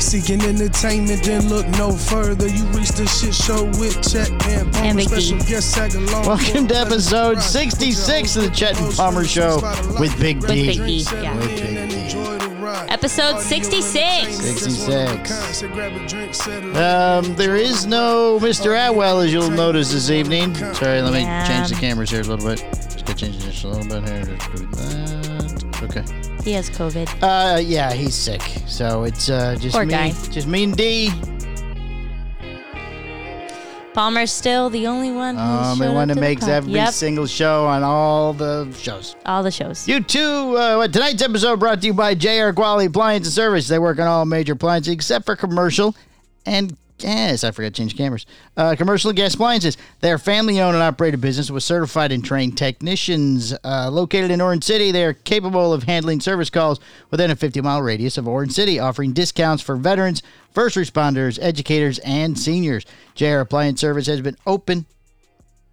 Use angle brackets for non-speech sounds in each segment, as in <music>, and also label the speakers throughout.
Speaker 1: Seeking entertainment, then look no further. You reach the shit show with Chet and Palmer.
Speaker 2: Vicky.
Speaker 1: Special guest tag along.
Speaker 3: Welcome to episode 66 of the Chet and Palmer Show with Big
Speaker 2: With Big
Speaker 3: D.
Speaker 2: D, yeah.
Speaker 3: With Big D.
Speaker 2: Episode 66.
Speaker 3: 66. Um, there is no Mr. Atwell, as you'll notice this evening. Sorry, let me
Speaker 2: Yeah.
Speaker 3: change the cameras here a little bit. Just gotta change this a little bit here. Just do that. Okay.
Speaker 2: He has COVID.
Speaker 3: Uh, yeah, he's sick, so it's uh just
Speaker 2: Poor
Speaker 3: me,
Speaker 2: guy.
Speaker 3: just me and D.
Speaker 2: Palmer's still the only one who
Speaker 3: Um, the
Speaker 2: showed
Speaker 3: one that
Speaker 2: up to
Speaker 3: makes
Speaker 2: the pub.
Speaker 3: every
Speaker 2: yep,
Speaker 3: single show on all the shows.
Speaker 2: all the shows.
Speaker 3: You too. Uh, well, tonight's episode brought to you by JR Quality Appliance and Service. They work on all major appliances except for commercial and yes, I forgot to change cameras. Uh, commercial and gas appliances. They're a family-owned and operated business with certified and trained technicians. Uh, located in Orange City, they are capable of handling service calls within a 50-mile radius of Orange City, offering discounts for veterans, first responders, educators, and seniors. JR Appliance Service has been open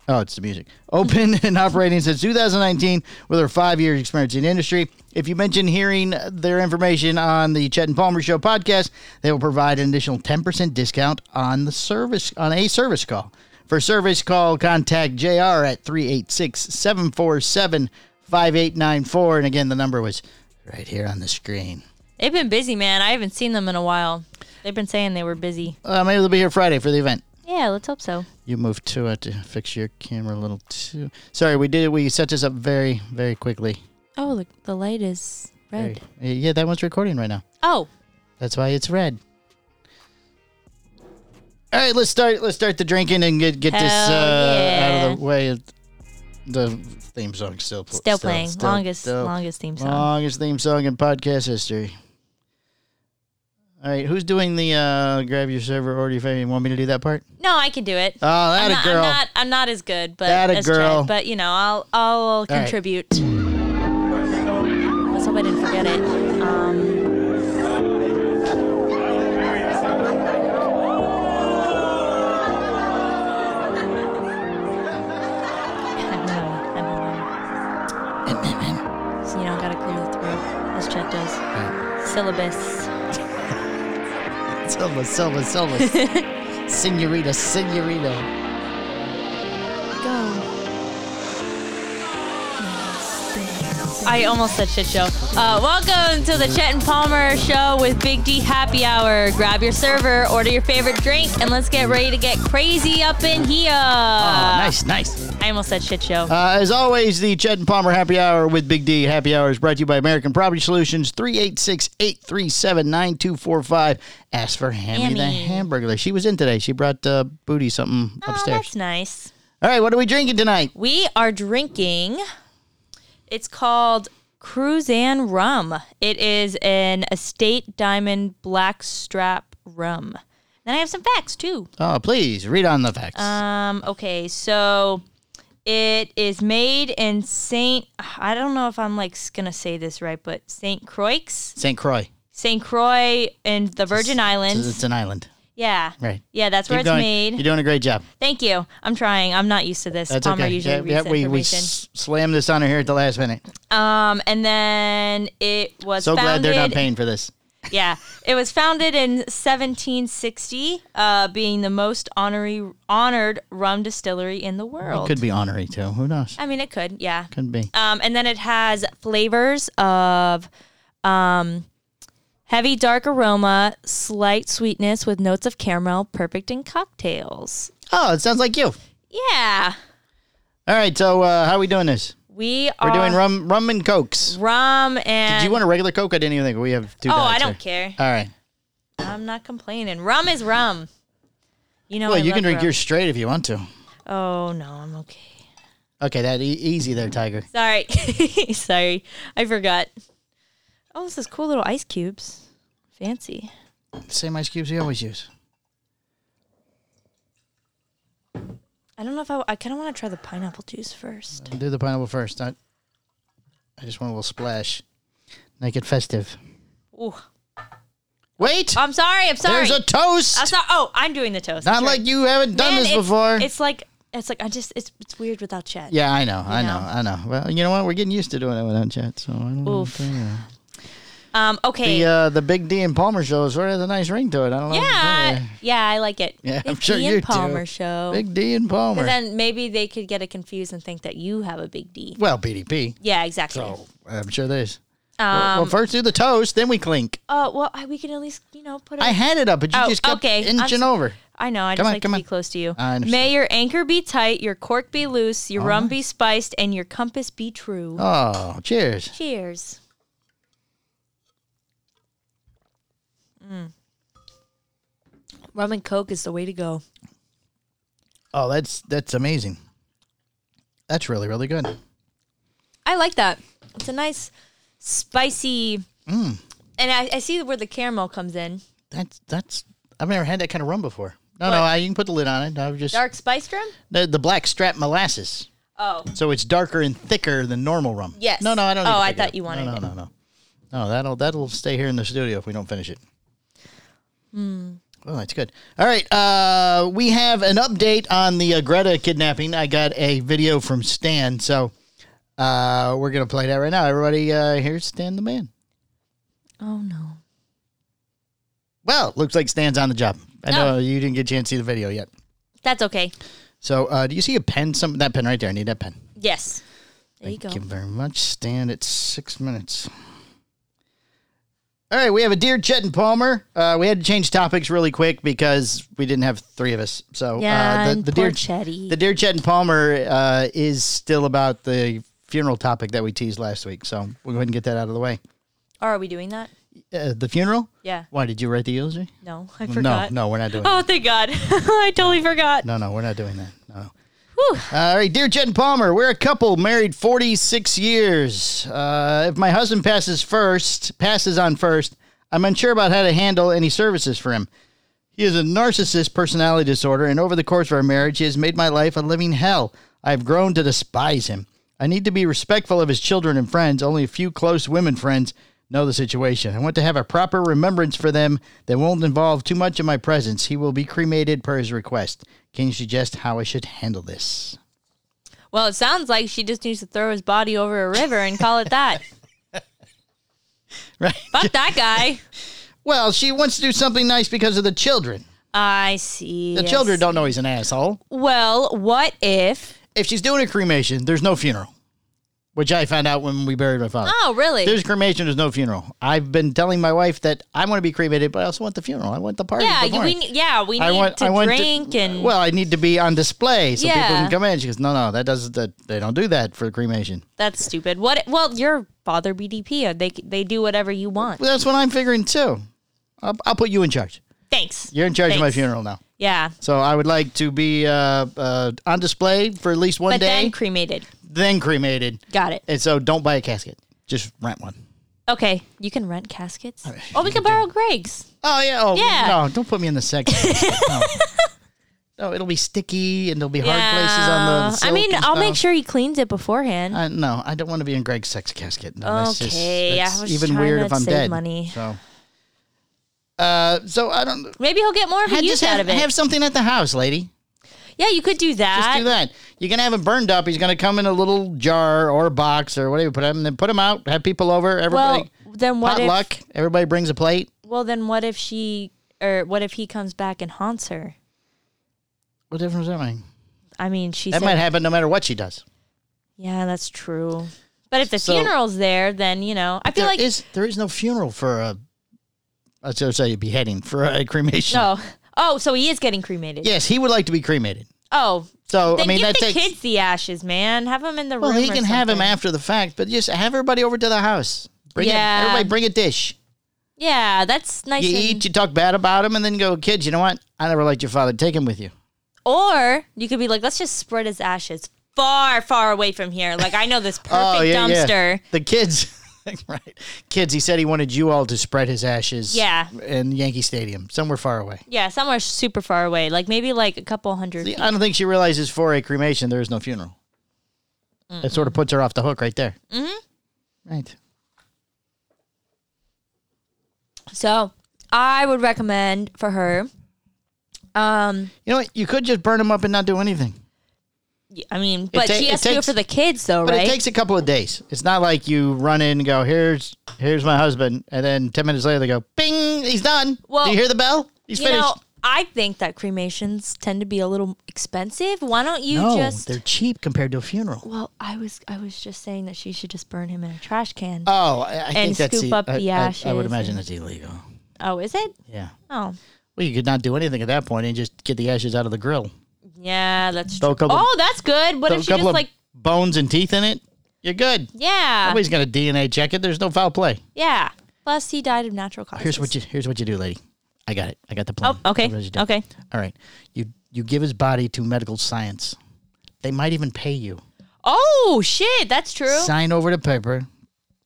Speaker 3: Oh, it's the music. Open <laughs> and operating since 2019 with her five years experience in the industry. If you mention hearing their information on the Chet and Palmer Show podcast, they will provide an additional 10% discount on the service on a service call. For service call, contact JR at 386-747-5894. And again, the number was right here on the screen.
Speaker 2: They've been busy, man. I haven't seen them in a while. They've been saying they were busy.
Speaker 3: Uh, maybe they'll be here Friday for the event.
Speaker 2: Yeah, let's hope so.
Speaker 3: You moved to it to fix your camera a little too. Sorry, we did we set this up very, very quickly.
Speaker 2: Oh, look, the light is red.
Speaker 3: Hey, Yeah, that one's recording right now.
Speaker 2: Oh,
Speaker 3: That's why it's red. All right, let's start. Let's start the drinking and get get this uh,
Speaker 2: Hell
Speaker 3: out
Speaker 2: yeah.
Speaker 3: of the way. The theme song still pl-
Speaker 2: still playing.
Speaker 3: still-
Speaker 2: longest,
Speaker 3: still-
Speaker 2: longest theme song.
Speaker 3: longest theme song in podcast history. All right, who's doing the uh, grab your server order your favorite? You want me to do that part?
Speaker 2: no, I can do it.
Speaker 3: Oh, that
Speaker 2: I'm,
Speaker 3: a
Speaker 2: not,
Speaker 3: girl.
Speaker 2: I'm not. I'm not as good, but
Speaker 3: That a
Speaker 2: as Chad,
Speaker 3: girl.
Speaker 2: but you know, I'll I'll
Speaker 3: right.
Speaker 2: contribute. Let's hope I didn't forget it. Um, <laughs> I'm hungry. I'm hungry. So you don't gotta clear the throat as Chet does. Syllabus.
Speaker 3: Silva, Silva, Silva.
Speaker 2: <laughs>
Speaker 3: senorita, senorita.
Speaker 2: Go. I almost said shit show. Uh, welcome to the Chet and Palmer show with Big D Happy Hour. Grab your server, order your favorite drink, and let's get ready to get crazy up in here. Uh,
Speaker 3: oh, nice, nice.
Speaker 2: I almost said shit show.
Speaker 3: Uh, as always, the Chet and Palmer Happy Hour with Big D Happy Hour is brought to you by American Property Solutions, 386 837 9245. Ask for Hammy the
Speaker 2: Hammy.
Speaker 3: Hamburglar. She was in today. She brought uh, Booty something
Speaker 2: oh,
Speaker 3: upstairs.
Speaker 2: that's nice.
Speaker 3: All right, what are we drinking tonight?
Speaker 2: We are drinking. It's called Cruzan Rum. It is an estate diamond black strap rum. Then I have some facts too.
Speaker 3: Oh, please read on the facts.
Speaker 2: Um, okay, so it is made in Saint I don't know if I'm like s- gonna say this right, but Saint Croix.
Speaker 3: St. Croix.
Speaker 2: Saint Croix in the Virgin
Speaker 3: It's,
Speaker 2: Islands.
Speaker 3: it's an island.
Speaker 2: yeah.
Speaker 3: Right.
Speaker 2: Yeah, that's where
Speaker 3: Keep
Speaker 2: it's
Speaker 3: going.
Speaker 2: made.
Speaker 3: You're doing a great job.
Speaker 2: Thank you. I'm trying. I'm not used to this.
Speaker 3: That's
Speaker 2: Palmer
Speaker 3: okay.
Speaker 2: usually
Speaker 3: Yeah,
Speaker 2: reads
Speaker 3: yeah,
Speaker 2: that
Speaker 3: we we
Speaker 2: information.
Speaker 3: s- slammed this on her here at the last minute.
Speaker 2: um and then it was
Speaker 3: So glad
Speaker 2: founded
Speaker 3: they're not paying for this.
Speaker 2: Yeah, it was founded in 1760, uh, being the most honorary, honored rum distillery in the world.
Speaker 3: Could be honorary too. Who knows?
Speaker 2: I mean, it could. Yeah.
Speaker 3: Could be.
Speaker 2: Um, and then it has flavors of um, heavy dark aroma, slight sweetness with notes of caramel, perfect in cocktails.
Speaker 3: Oh, it sounds like you.
Speaker 2: Yeah.
Speaker 3: All right, so uh, how are we doing this?
Speaker 2: We
Speaker 3: We're
Speaker 2: are
Speaker 3: doing rum, rum and cokes.
Speaker 2: rum Uh, and.
Speaker 3: Did you want a regular Coke? I didn't even think we have two.
Speaker 2: Oh,
Speaker 3: diets
Speaker 2: I don't
Speaker 3: here.
Speaker 2: care.
Speaker 3: All right.
Speaker 2: I'm not complaining. Rum is rum. You know.
Speaker 3: Well,
Speaker 2: I
Speaker 3: you
Speaker 2: love
Speaker 3: can drink
Speaker 2: rum.
Speaker 3: yours straight if you want to.
Speaker 2: Oh no, I'm okay.
Speaker 3: Okay, that e- easy there, Tiger.
Speaker 2: Sorry, <laughs> sorry, I forgot. Oh, this is cool little ice cubes. Fancy.
Speaker 3: Same ice cubes you always use.
Speaker 2: I don't know if I. I kind of want to try the pineapple juice first.
Speaker 3: I'll do the pineapple first. I, I just want a little splash. Make it festive.
Speaker 2: Ooh.
Speaker 3: Wait,
Speaker 2: I'm sorry. I'm Oh, sorry.
Speaker 3: there's a toast.
Speaker 2: I'm sorry. Oh, I'm doing the toast.
Speaker 3: Not
Speaker 2: That's right.
Speaker 3: like you haven't done
Speaker 2: Man,
Speaker 3: this
Speaker 2: it's-
Speaker 3: before.
Speaker 2: It's like it's like I just it's it's weird without Chad.
Speaker 3: yeah, I know, I know,
Speaker 2: know.
Speaker 3: I know. Well, you know what? We're getting used to doing it without chat, so I don't know.
Speaker 2: Oof. Um, okay.
Speaker 3: The uh, the Big D and Palmer show sort of has a nice ring to it. I don't know.
Speaker 2: yeah, yeah, I like it.
Speaker 3: Yeah, I'm
Speaker 2: Big
Speaker 3: sure
Speaker 2: D
Speaker 3: you
Speaker 2: and
Speaker 3: do.
Speaker 2: Palmer show.
Speaker 3: Big D and Palmer.
Speaker 2: But then maybe they could get it confused and think that you have a big D.
Speaker 3: well, BDP.
Speaker 2: Yeah, exactly.
Speaker 3: So I'm sure there's.
Speaker 2: um,
Speaker 3: well, first do the toast, then we clink.
Speaker 2: uh, well, I- we could at least you know put. it.
Speaker 3: I had it up, but you
Speaker 2: Oh,
Speaker 3: just kept
Speaker 2: okay. I'm
Speaker 3: inching
Speaker 2: s-
Speaker 3: over.
Speaker 2: I know. I
Speaker 3: Come
Speaker 2: just
Speaker 3: on,
Speaker 2: like to
Speaker 3: come on.
Speaker 2: be close to you.
Speaker 3: I understand.
Speaker 2: May your anchor be tight, your cork be loose, your rum be spiced, and your compass be true.
Speaker 3: Oh, cheers.
Speaker 2: Cheers. Mm. Rum and coke is the way to go.
Speaker 3: Oh, that's that's amazing. That's really really good.
Speaker 2: I like that. It's a nice spicy.
Speaker 3: Mm.
Speaker 2: And I, I see where the caramel comes in.
Speaker 3: That's that's I've never had that kind of rum before. No, no, I, you can put the lid on it. I was just
Speaker 2: Dark spiced rum?
Speaker 3: the, the black strap molasses.
Speaker 2: Oh.
Speaker 3: So it's darker and thicker than normal rum.
Speaker 2: Yes.
Speaker 3: No, no, I don't. need
Speaker 2: Oh,
Speaker 3: to
Speaker 2: I
Speaker 3: pick it
Speaker 2: thought
Speaker 3: up.
Speaker 2: you wanted
Speaker 3: No, no,
Speaker 2: it.
Speaker 3: no, no, no. That'll that'll stay here in the studio if we don't finish it.
Speaker 2: Hmm.
Speaker 3: Oh, that's good. All right, uh, we have an update on the uh, Greta kidnapping. I got a video from Stan, so uh, we're gonna play that right now. Everybody, uh, here's Stan the man.
Speaker 2: Oh, no.
Speaker 3: Well, looks like Stan's on the job. I
Speaker 2: No.
Speaker 3: know you didn't get a chance to see the video yet.
Speaker 2: That's okay.
Speaker 3: So, uh, do you see a pen? Some that pen right there. I need that pen.
Speaker 2: Yes. There you
Speaker 3: Thank
Speaker 2: go.
Speaker 3: you very much. Stand at six minutes. All right, we have a dear Chet and Palmer. Uh, we had to change topics really quick because we didn't have three of us. So
Speaker 2: Yeah,
Speaker 3: uh, the,
Speaker 2: and
Speaker 3: the
Speaker 2: poor
Speaker 3: dear
Speaker 2: Chetty.
Speaker 3: the dear Chet and Palmer uh, is still about the funeral topic that we teased last week. So we'll go ahead and get that out of the way.
Speaker 2: Oh, are we doing that?
Speaker 3: Uh, the funeral?
Speaker 2: Yeah.
Speaker 3: Why did you write the eulogy?
Speaker 2: No, I forgot.
Speaker 3: No, no, we're not
Speaker 2: <laughs>
Speaker 3: doing.
Speaker 2: Oh, thank God. I totally forgot.
Speaker 3: No, no, we're not doing that. No.
Speaker 2: Whew.
Speaker 3: All right, dear Jen Palmer, we're a couple married 46 years. Uh, if my husband passes first, passes on first, I'm unsure about how to handle any services for him. He has a narcissist personality disorder, and over the course of our marriage, he has made my life a living hell. I've grown to despise him. I need to be respectful of his children and friends. Only a few close women friends know the situation. I want to have a proper remembrance for them that won't involve too much of my presence. He will be cremated per his request. Can you suggest how I should handle this?
Speaker 2: Well, it sounds like she just needs to throw his body over a river and call
Speaker 3: <laughs>
Speaker 2: it that.
Speaker 3: Right. <laughs>
Speaker 2: Fuck that guy.
Speaker 3: Well, she wants to do something nice because of the children.
Speaker 2: <laughs> I see.
Speaker 3: The
Speaker 2: I
Speaker 3: children
Speaker 2: see.
Speaker 3: don't know he's an asshole.
Speaker 2: Well, what if?
Speaker 3: If she's doing a cremation, there's no funeral, which I found out when we buried my father.
Speaker 2: Oh, really?
Speaker 3: There's cremation. There's no funeral. I've been telling my wife that I want to be cremated, but I also want the funeral. I want the party.
Speaker 2: yeah, you,
Speaker 3: before.
Speaker 2: we ne- yeah we need
Speaker 3: I want.
Speaker 2: to
Speaker 3: I want
Speaker 2: drink
Speaker 3: to,
Speaker 2: and
Speaker 3: well, I need to be on display so people
Speaker 2: Yeah.
Speaker 3: can come in. She goes, no, no, that doesn't. That they don't do that for cremation.
Speaker 2: that's stupid. What? Well, your father BDP. uh, They they do whatever you want.
Speaker 3: Well, that's what I'm figuring too. I'll, I'll put you in charge.
Speaker 2: Thanks.
Speaker 3: You're in charge of my
Speaker 2: Thanks.
Speaker 3: funeral now.
Speaker 2: Yeah,
Speaker 3: So I would like to be uh, uh, on display for at least one
Speaker 2: but
Speaker 3: day,
Speaker 2: then cremated.
Speaker 3: then cremated.
Speaker 2: Got it.
Speaker 3: And so don't buy a casket. Just rent one.
Speaker 2: Okay, you can rent caskets. Oh, we can borrow Greg's.
Speaker 3: Oh yeah. Oh
Speaker 2: Yeah.
Speaker 3: No, don't put me in the <laughs> second. no. No, it'll be sticky and there'll be hard places on the.
Speaker 2: I
Speaker 3: silk
Speaker 2: mean,
Speaker 3: and
Speaker 2: I'll make
Speaker 3: stuff.
Speaker 2: sure he cleans it beforehand.
Speaker 3: I, no, I don't want to be in Greg's sex casket. No, that's just-
Speaker 2: Okay, I
Speaker 3: that's
Speaker 2: was
Speaker 3: even
Speaker 2: trying
Speaker 3: weird
Speaker 2: to
Speaker 3: if I'm
Speaker 2: save
Speaker 3: dead.
Speaker 2: money.
Speaker 3: So, uh, so I don't.
Speaker 2: Maybe he'll get more of a
Speaker 3: I
Speaker 2: use
Speaker 3: just
Speaker 2: out
Speaker 3: have,
Speaker 2: of it.
Speaker 3: have something at the house, lady.
Speaker 2: yeah, you could do
Speaker 3: Just
Speaker 2: that.
Speaker 3: do that. You're gonna have him burned up. He's gonna come in a little jar or a box or whatever. Put him, then put him out. Have people over.
Speaker 2: Well,
Speaker 3: Everybody
Speaker 2: then what if?
Speaker 3: potluck. everybody brings a plate.
Speaker 2: Well, then what if she or what if he comes back and haunts her?
Speaker 3: What difference does that make?
Speaker 2: I mean, she
Speaker 3: That
Speaker 2: said,
Speaker 3: might happen no matter what she does.
Speaker 2: "Yeah, that's true." But if the
Speaker 3: So-
Speaker 2: funeral's there, then you know, I feel
Speaker 3: There
Speaker 2: like
Speaker 3: is- there is no funeral for a. I was gonna say a beheading for a cremation.
Speaker 2: no. Oh, so he is getting cremated.
Speaker 3: Yes, he would like to be cremated.
Speaker 2: Oh,
Speaker 3: So
Speaker 2: then
Speaker 3: I mean,
Speaker 2: give
Speaker 3: that takes.
Speaker 2: the kids the ashes, man. Have them in the
Speaker 3: well,
Speaker 2: room.
Speaker 3: he
Speaker 2: or
Speaker 3: can have him
Speaker 2: something.
Speaker 3: after the fact, but just have everybody over to the house. Bring
Speaker 2: Yeah.
Speaker 3: it, everybody bring a dish.
Speaker 2: Yeah, that's nice.
Speaker 3: You
Speaker 2: and-
Speaker 3: eat, you talk bad about him, and then go, kids. You know what? I never liked your father. Take him with you.
Speaker 2: Or you could be like, let's just spread his ashes far, far away from here. Like I
Speaker 3: <laughs>
Speaker 2: know this
Speaker 3: Oh,
Speaker 2: perfect dumpster.
Speaker 3: The kids. <laughs> right. Kids, he said he wanted you all to spread his ashes.
Speaker 2: Yeah.
Speaker 3: In Yankee Stadium, somewhere far away.
Speaker 2: Yeah, somewhere super far away. Like maybe like a couple hundred.
Speaker 3: I don't think she realizes for a cremation, there is no funeral. That sort of puts her off the hook right there. Mm-hmm. Right.
Speaker 2: So I would recommend for her. Um,
Speaker 3: You know what? You could just burn them up and not do anything.
Speaker 2: I mean, but
Speaker 3: ta-
Speaker 2: she
Speaker 3: it
Speaker 2: has to do it
Speaker 3: takes-
Speaker 2: for the kids, though,
Speaker 3: But
Speaker 2: right?
Speaker 3: it takes a couple of days. It's not like you run in and go, here's here's my husband. And then 10 minutes later, they go, bing, he's done.
Speaker 2: Well,
Speaker 3: Do you hear the bell? He's
Speaker 2: You
Speaker 3: finished.
Speaker 2: know, I think that cremations tend to be a little expensive. Why don't you
Speaker 3: no,
Speaker 2: just?
Speaker 3: they're cheap compared to a funeral.
Speaker 2: Well, I was I was just saying that she should just burn him in a trash can.
Speaker 3: Oh, I, I think
Speaker 2: And
Speaker 3: that's
Speaker 2: scoop
Speaker 3: e-
Speaker 2: up
Speaker 3: I-
Speaker 2: the
Speaker 3: I- I,
Speaker 2: ashes
Speaker 3: would imagine that's illegal.
Speaker 2: oh, is it?
Speaker 3: Yeah.
Speaker 2: Oh,
Speaker 3: Well, you could not do anything at that point and just get the ashes out of the grill.
Speaker 2: yeah, that's
Speaker 3: Throw
Speaker 2: true.
Speaker 3: a couple-
Speaker 2: oh, that's good. What
Speaker 3: Throw
Speaker 2: if she just like?
Speaker 3: bones and teeth in it. You're good.
Speaker 2: Yeah,
Speaker 3: Nobody's gonna DNA check it. There's no foul play.
Speaker 2: yeah. Plus, he died of natural causes.
Speaker 3: Here's what you here's what you do, lady. I got it. I got the plan.
Speaker 2: Oh, okay.
Speaker 3: Here's what you do.
Speaker 2: Okay.
Speaker 3: All right. You you give his body to medical science. They might even pay you.
Speaker 2: Oh shit, that's true.
Speaker 3: Sign over the paper.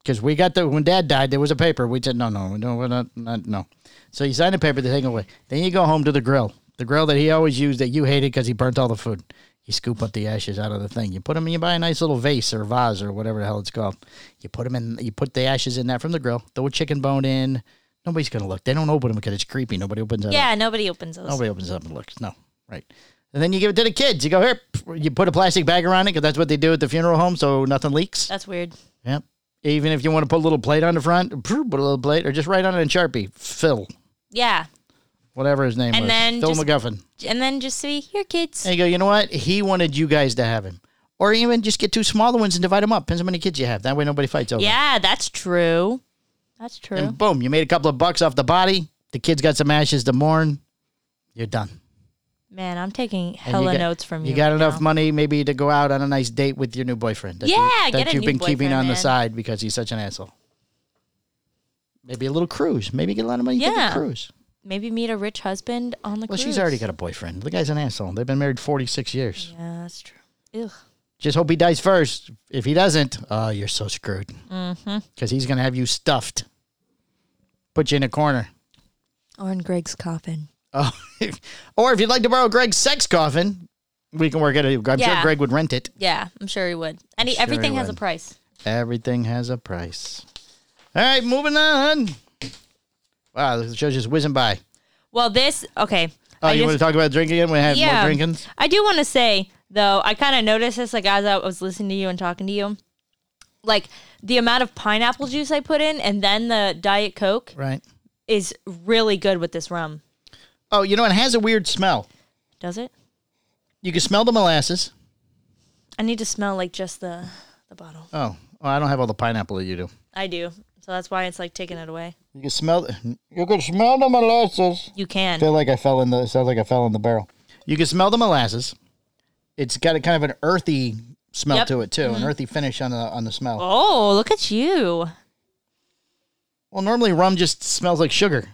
Speaker 3: Because we got the when Dad died, there was a paper. We said no, no, no, we're not, not no. So you sign the paper. They take it away. Then you go home to the grill, the grill that he always used that you hated because he burnt all the food. You scoop up the ashes out of the thing. You put them. You buy a nice little vase or vase or whatever the hell it's called. You put them in. You put the ashes in that from the grill. Throw a chicken bone in. Nobody's gonna look. They don't open them because it's creepy. Nobody opens that. up.
Speaker 2: yeah, nobody opens those.
Speaker 3: Nobody opens it up and looks. No, right. And then you give it to the kids. You go here. You put a plastic bag around it because that's what they do at the funeral home, so nothing leaks.
Speaker 2: That's weird.
Speaker 3: Yep. Even if you want to put a little plate on the front, put a little plate, or just write on it in Sharpie, Phil,
Speaker 2: Yeah,
Speaker 3: whatever his name
Speaker 2: And
Speaker 3: was,
Speaker 2: then
Speaker 3: Phil
Speaker 2: just-
Speaker 3: McGuffin.
Speaker 2: and then just see here, kids.
Speaker 3: And you go, you know what? He wanted you guys to have him, or even just get two smaller ones and divide them up. Depends how many kids you have. That way nobody fights over. it.
Speaker 2: Yeah, that's true. That's true.
Speaker 3: And boom, you made a couple of bucks off the body. The kids got some ashes to mourn. You're done.
Speaker 2: Man, I'm taking
Speaker 3: And you
Speaker 2: hella
Speaker 3: got-
Speaker 2: notes from you.
Speaker 3: You got
Speaker 2: right
Speaker 3: enough
Speaker 2: now.
Speaker 3: money maybe to go out on a nice date with your new boyfriend. That
Speaker 2: Yeah,
Speaker 3: you,
Speaker 2: get
Speaker 3: that
Speaker 2: a
Speaker 3: you've
Speaker 2: new
Speaker 3: been keeping
Speaker 2: boyfriend,
Speaker 3: on the
Speaker 2: man.
Speaker 3: side because he's such an asshole. Maybe a little cruise. Maybe get a lot of money. Yeah,
Speaker 2: Yeah.
Speaker 3: a cruise.
Speaker 2: Maybe meet a rich husband on the.
Speaker 3: Well, she's
Speaker 2: cruise.
Speaker 3: already got a boyfriend. The guy's an asshole. They've been married forty six years.
Speaker 2: Yeah, that's true. Ugh.
Speaker 3: Just hope he dies first. If he doesn't, oh, you're so screwed. Because
Speaker 2: Mm-hmm.
Speaker 3: he's gonna have you stuffed. Put you in a corner. <laughs>
Speaker 2: Or in Greg's coffin.
Speaker 3: Oh, or if you'd like to borrow Greg's sex coffin, we can work it. out. I'm sure
Speaker 2: Yeah.
Speaker 3: Greg would rent it.
Speaker 2: Yeah, I'm sure he would. Any
Speaker 3: sure he
Speaker 2: everything has a
Speaker 3: would.
Speaker 2: price.
Speaker 3: Everything has a price. All right, moving on. Wow, the show's just whizzing by.
Speaker 2: Well, this okay.
Speaker 3: Oh,
Speaker 2: I
Speaker 3: you
Speaker 2: just-
Speaker 3: want to talk about drinking again? We have
Speaker 2: Yeah.
Speaker 3: more drinkings.
Speaker 2: I do want to say though, I kind of noticed this like as I was listening to you and talking to you, like the amount of pineapple juice I put in, and then the diet coke
Speaker 3: Right.
Speaker 2: is really good with this rum.
Speaker 3: Oh, you know, it has a weird smell.
Speaker 2: Does it?
Speaker 3: You can smell the molasses.
Speaker 2: I need to smell like just the the bottle.
Speaker 3: Oh, well, I don't have all the pineapple that you do.
Speaker 2: I do, so that's why it's like taking it away.
Speaker 3: You can smell. The, you can smell the molasses.
Speaker 2: You can.
Speaker 3: feel like I fell in the. Sounds like I fell in the barrel. You can smell the molasses. It's got a kind of an earthy smell
Speaker 2: Yep. Mm-hmm.
Speaker 3: to it too, an earthy finish on the on the smell.
Speaker 2: Oh, look at you!
Speaker 3: Well, normally rum just smells like sugar.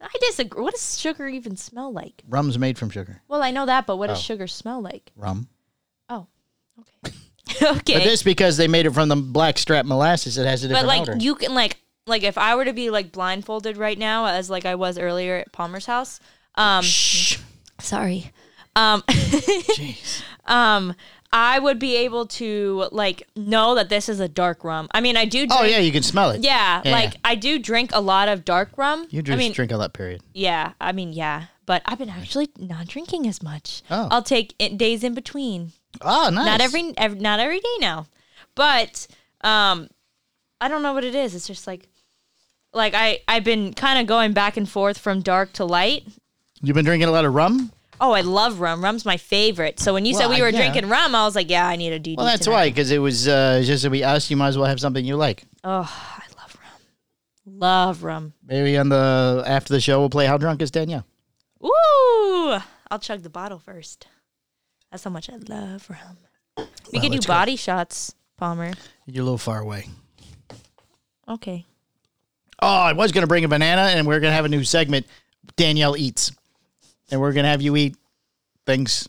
Speaker 2: I disagree. What does sugar even smell like?
Speaker 3: Rum's made from sugar.
Speaker 2: Well, I know that, but
Speaker 3: Oh.
Speaker 2: what does sugar smell like?
Speaker 3: Rum. <laughs>
Speaker 2: Oh, okay, <laughs> okay.
Speaker 3: But this because they made it from the black strap molasses, it has a
Speaker 2: but
Speaker 3: different
Speaker 2: like
Speaker 3: odor.
Speaker 2: you can like like if I were to be like blindfolded right now, as like I was earlier at Palmer's house. Um, <laughs>
Speaker 3: Shh.
Speaker 2: sorry. Um,
Speaker 3: Jeez.
Speaker 2: um, I would be able to like know that this is a dark rum. I mean, I do. Drink,
Speaker 3: Oh yeah, you can smell it.
Speaker 2: Yeah,
Speaker 3: Yeah,
Speaker 2: like
Speaker 3: yeah.
Speaker 2: I do drink a lot of dark rum.
Speaker 3: You
Speaker 2: I
Speaker 3: just
Speaker 2: mean,
Speaker 3: drink all that period.
Speaker 2: Yeah, I mean, yeah, but I've been actually not drinking as much.
Speaker 3: Oh.
Speaker 2: I'll take it days in between.
Speaker 3: Oh, nice.
Speaker 2: Not every, ev not every day now, but um, I don't know what it is. It's just like, like I I've been kind of going back and forth from dark to light.
Speaker 3: You've been drinking a lot of rum.
Speaker 2: Oh, I love rum. Rum's my favorite. So when you said
Speaker 3: Well,
Speaker 2: we were
Speaker 3: yeah.
Speaker 2: drinking rum, I was like, yeah, I need a DD.
Speaker 3: Well, that's
Speaker 2: tonight.
Speaker 3: why, because it was uh, just to be us. You might as well have something you like.
Speaker 2: Oh, I love rum. Love rum.
Speaker 3: Maybe on the after the show, we'll play "How Drunk Is Danielle."
Speaker 2: Ooh, I'll chug the bottle first. That's how much I love rum. We
Speaker 3: Well,
Speaker 2: could
Speaker 3: let's
Speaker 2: do
Speaker 3: go.
Speaker 2: body shots, Palmer.
Speaker 3: You're a little far away.
Speaker 2: Okay.
Speaker 3: Oh, I was gonna bring a banana, and we're gonna have a new segment. Danielle eats, and we're gonna have you eat things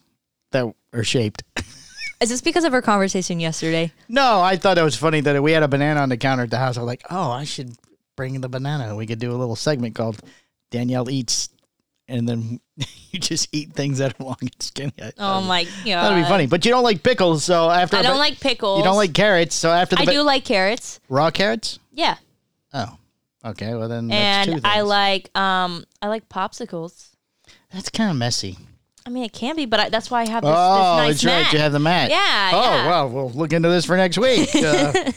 Speaker 3: that are shaped. <laughs>
Speaker 2: Is this because of our conversation yesterday?
Speaker 3: No, I thought it was funny that we had a banana on the counter at the house. I was like, oh, I should bring the banana. We could do a little segment called Danielle Eats. And then <laughs> you just eat things that are long and skinny. I-
Speaker 2: Oh my god.
Speaker 3: That'd be funny. But you don't like pickles. So after.
Speaker 2: I don't
Speaker 3: ba-
Speaker 2: like pickles.
Speaker 3: You don't like carrots. So after the.
Speaker 2: I
Speaker 3: ba-
Speaker 2: do like carrots.
Speaker 3: Raw carrots?
Speaker 2: Yeah.
Speaker 3: Oh. Okay. Well, then that's two
Speaker 2: And I
Speaker 3: things.
Speaker 2: like um I like popsicles.
Speaker 3: That's kind of messy.
Speaker 2: I mean, it can be, but I, that's why I have this,
Speaker 3: Oh,
Speaker 2: this nice
Speaker 3: that's right. You
Speaker 2: mat.
Speaker 3: have the mat.
Speaker 2: Yeah,
Speaker 3: Oh,
Speaker 2: yeah. <laughs>
Speaker 3: well, we'll look into this for next week. Uh,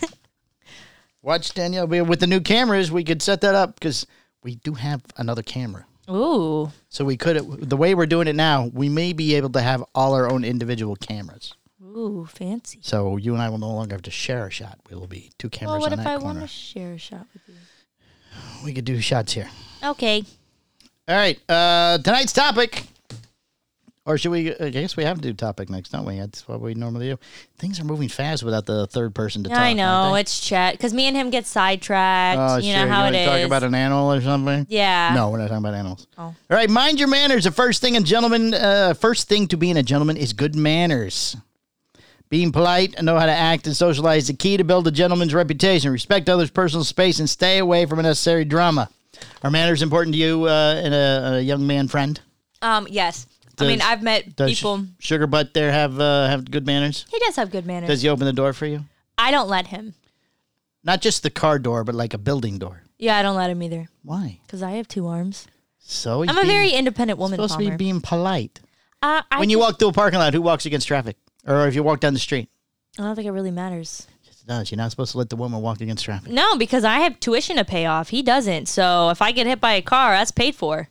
Speaker 3: Watch Danielle be with the new cameras. We could set that up because we do have another camera.
Speaker 2: Ooh.
Speaker 3: So we could, the way we're doing it now, we may be able to have all our own individual cameras.
Speaker 2: Ooh, fancy.
Speaker 3: So you and I will no longer have to share a shot. We will be two cameras
Speaker 2: Well, what
Speaker 3: on
Speaker 2: if
Speaker 3: that
Speaker 2: I want
Speaker 3: corner.
Speaker 2: to share a shot with you?
Speaker 3: we could do shots here.
Speaker 2: Okay.
Speaker 3: All right. Uh, tonight's topic, or should we? I guess we have to do topic next, don't we? That's what we normally do. Things are moving fast without the third person to talk.
Speaker 2: I know.
Speaker 3: aren't
Speaker 2: It's chat. Because me and him get
Speaker 3: they?
Speaker 2: sidetracked.
Speaker 3: Oh,
Speaker 2: you
Speaker 3: sure.
Speaker 2: know how
Speaker 3: you
Speaker 2: it
Speaker 3: wanna
Speaker 2: is.
Speaker 3: Talk about an animal or something.
Speaker 2: yeah.
Speaker 3: No, we're not talking about animals.
Speaker 2: Oh.
Speaker 3: All right, mind your manners. The first thing a gentleman, uh, first thing to being a gentleman is good manners. Being polite and know how to act and socialize is the key to build a gentleman's reputation. Respect others' personal space and stay away from unnecessary drama. Are manners important to you uh, and a, a young man friend?
Speaker 2: Um. Yes. I
Speaker 3: Does-
Speaker 2: mean, I've met
Speaker 3: Does
Speaker 2: people.
Speaker 3: Sh- Sugar Butt there have uh, have good manners?
Speaker 2: he does have good manners.
Speaker 3: Does he open the door for you?
Speaker 2: I don't let him.
Speaker 3: Not just the car door, but like a building door.
Speaker 2: Yeah, I don't let him either.
Speaker 3: Why?
Speaker 2: Because I have two arms.
Speaker 3: So he's
Speaker 2: I'm a
Speaker 3: being-
Speaker 2: very independent woman,
Speaker 3: supposed to be
Speaker 2: Palmer.
Speaker 3: being polite.
Speaker 2: uh, I
Speaker 3: when you
Speaker 2: just-
Speaker 3: walk through a parking lot, who walks against traffic? Or if you walk down the street?
Speaker 2: I don't think it really matters.
Speaker 3: Yes, it does. You're not supposed to let the woman walk against traffic.
Speaker 2: No, because I have tuition to pay off. He doesn't. So if I get hit by a car, that's paid for.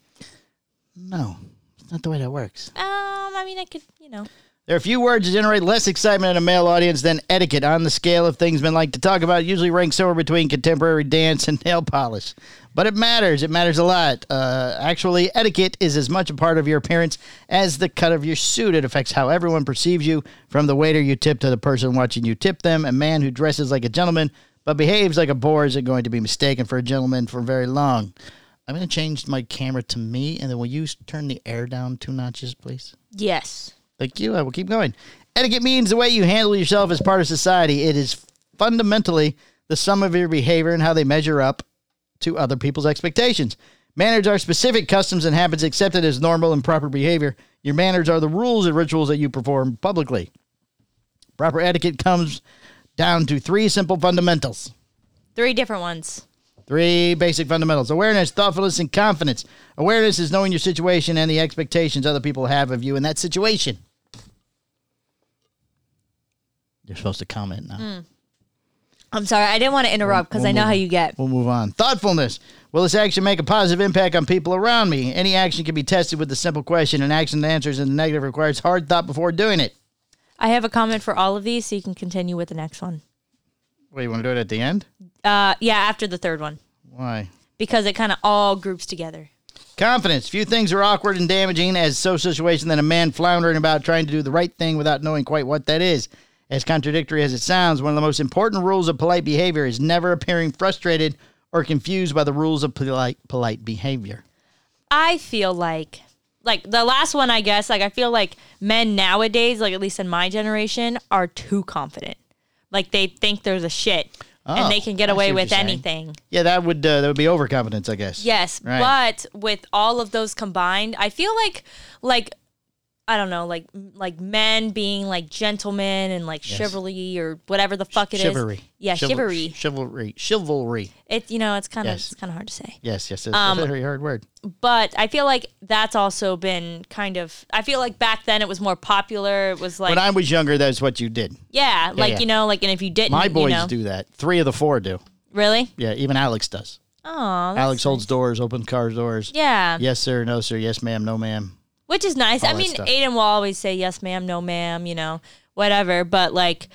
Speaker 3: No, it's not the way that works.
Speaker 2: Um, I mean, I could, you know.
Speaker 3: There are few words that generate less excitement in a male audience than etiquette. On the scale of things men like to talk about, it usually ranks somewhere between contemporary dance and nail polish. But it matters. It matters a lot. Uh, actually, etiquette is as much a part of your appearance as the cut of your suit. It affects how everyone perceives you, from the waiter you tip to the person watching you tip them. A man who dresses like a gentleman but behaves like a bore isn't going to be mistaken for a gentleman for very long. I'm going to change my camera to me, and then will you s- turn the air down two notches, please?
Speaker 2: Yes.
Speaker 3: Thank you. I will keep going. Etiquette means the way you handle yourself as part of society. It is fundamentally the sum of your behavior and how they measure up to other people's expectations. Manners are specific customs and habits accepted as normal and proper behavior. Your manners are the rules and rituals that you perform publicly. Proper etiquette comes down to three simple fundamentals.
Speaker 2: Three different ones.
Speaker 3: Three basic fundamentals awareness, thoughtfulness, and confidence. Awareness is knowing your situation and the expectations other people have of you in that situation. You're supposed to comment now.
Speaker 2: I'm sorry. I didn't want to interrupt because Mm, I know how you get.
Speaker 3: We'll move on. Thoughtfulness. Will this action make a positive impact on people around me? Any action can be tested with the simple question, and action that answers in the negative requires hard thought before doing it.
Speaker 2: I have a comment for all of these, so you can continue with the next one.
Speaker 3: What, you want to do it at the end?
Speaker 2: Uh, yeah, after the third one
Speaker 3: Why?
Speaker 2: because it kind of all groups together.
Speaker 3: Confidence. Few things are awkward and damaging as so situation than a man floundering about trying to do the right thing without knowing quite what that is. As contradictory as it sounds, one of the most important rules of polite behavior is never appearing frustrated or confused by the rules of polite polite behavior.
Speaker 2: I feel like like the last one I guess like I feel like men nowadays like at least in my generation are too confident. Like they think they're the shit
Speaker 3: Oh,
Speaker 2: and they can get
Speaker 3: I see
Speaker 2: away
Speaker 3: what
Speaker 2: with
Speaker 3: you're saying.
Speaker 2: anything.
Speaker 3: Yeah, that would uh, that would be overconfidence, I guess.
Speaker 2: Yes,
Speaker 3: Right.
Speaker 2: but with all of those combined, I feel like like I don't know, like like men being like gentlemen and like chivalry or whatever the fuck it is.
Speaker 3: chivalry.
Speaker 2: Yeah,
Speaker 3: Chival-
Speaker 2: chivalry.
Speaker 3: Chivalry. Chivalry.
Speaker 2: It you know, it's kind of
Speaker 3: Yes.
Speaker 2: it's kind of hard to say.
Speaker 3: Yes, yes, it's
Speaker 2: Um,
Speaker 3: a very hard word.
Speaker 2: but I feel like that's also been kind of. I feel like back then it was more popular. It was like,
Speaker 3: when I was younger, that's what you did.
Speaker 2: yeah, like
Speaker 3: yeah.
Speaker 2: you know, like and if you didn't,
Speaker 3: My boys
Speaker 2: you know,
Speaker 3: do that. Three of the four do.
Speaker 2: really.
Speaker 3: Yeah, even Alex does.
Speaker 2: Oh,
Speaker 3: Alex holds doors, opens cars doors.
Speaker 2: yeah,
Speaker 3: Yes, sir. No, sir. Yes, ma'am. No, ma'am.
Speaker 2: which is nice. I
Speaker 3: that
Speaker 2: mean,
Speaker 3: stuff.
Speaker 2: Aiden will always say yes, ma'am, no, ma'am, you know, whatever. But like,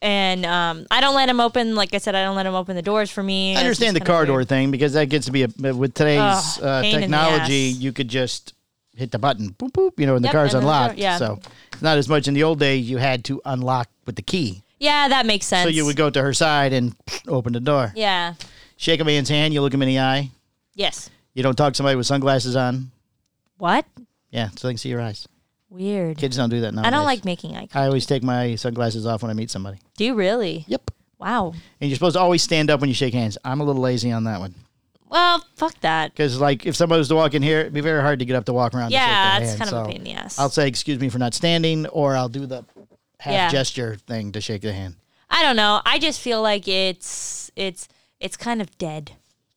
Speaker 2: and um, I don't let him open. Like I said, I don't let him open the doors for me.
Speaker 3: I
Speaker 2: It's
Speaker 3: understand the
Speaker 2: just kinda
Speaker 3: car
Speaker 2: weird.
Speaker 3: door thing because that gets to be a with today's
Speaker 2: Ugh,
Speaker 3: uh,
Speaker 2: pain in the
Speaker 3: technology.
Speaker 2: ass.
Speaker 3: You could just hit the button, boop boop, you know, and
Speaker 2: Yep,
Speaker 3: the car's
Speaker 2: and then the door-
Speaker 3: unlocked.
Speaker 2: yeah.
Speaker 3: So it's not as much in the old days. You had to unlock with the key,
Speaker 2: Yeah, that makes sense.
Speaker 3: so you would go to her side and <sniffs> open the door.
Speaker 2: Yeah.
Speaker 3: Shake a man's hand. You look him in the eye.
Speaker 2: Yes.
Speaker 3: You don't talk to somebody with sunglasses on.
Speaker 2: What?
Speaker 3: Yeah, so they can see your eyes.
Speaker 2: Weird.
Speaker 3: Kids don't do that now.
Speaker 2: I don't like making eye contact.
Speaker 3: I always take my sunglasses off when I meet somebody.
Speaker 2: Do you really?
Speaker 3: Yep.
Speaker 2: Wow.
Speaker 3: And you're supposed to always stand up when you shake hands. I'm a little lazy on that one.
Speaker 2: Well, fuck that.
Speaker 3: Because like if somebody was to walk in here, it'd be very hard to get up to walk around. to shake
Speaker 2: Yeah,
Speaker 3: their
Speaker 2: it's
Speaker 3: hand.
Speaker 2: kind of a
Speaker 3: So
Speaker 2: pain in the ass.
Speaker 3: I'll say excuse me for not standing, or I'll do the half
Speaker 2: Yeah.
Speaker 3: gesture thing to shake the hand.
Speaker 2: I don't know. I just feel like it's it's it's kind of dead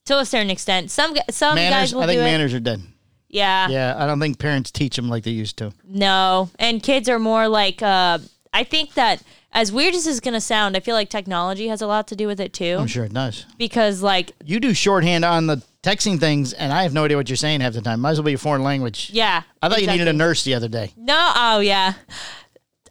Speaker 2: to a certain extent. Some gu- some
Speaker 3: Manners,
Speaker 2: guys will
Speaker 3: I think
Speaker 2: do
Speaker 3: manners are dead.
Speaker 2: it. Yeah.
Speaker 3: Yeah, I don't think parents teach them like they used to.
Speaker 2: No, and kids are more like. Uh, I think that as weird as it's gonna sound, I feel like technology has a lot to do with it too.
Speaker 3: I'm sure it does.
Speaker 2: Because like
Speaker 3: You do shorthand on the texting things, and I have no idea what you're saying half the time. Might as well be a foreign language.
Speaker 2: yeah,
Speaker 3: I thought you
Speaker 2: exactly.
Speaker 3: needed a nurse the other day.
Speaker 2: No, oh yeah.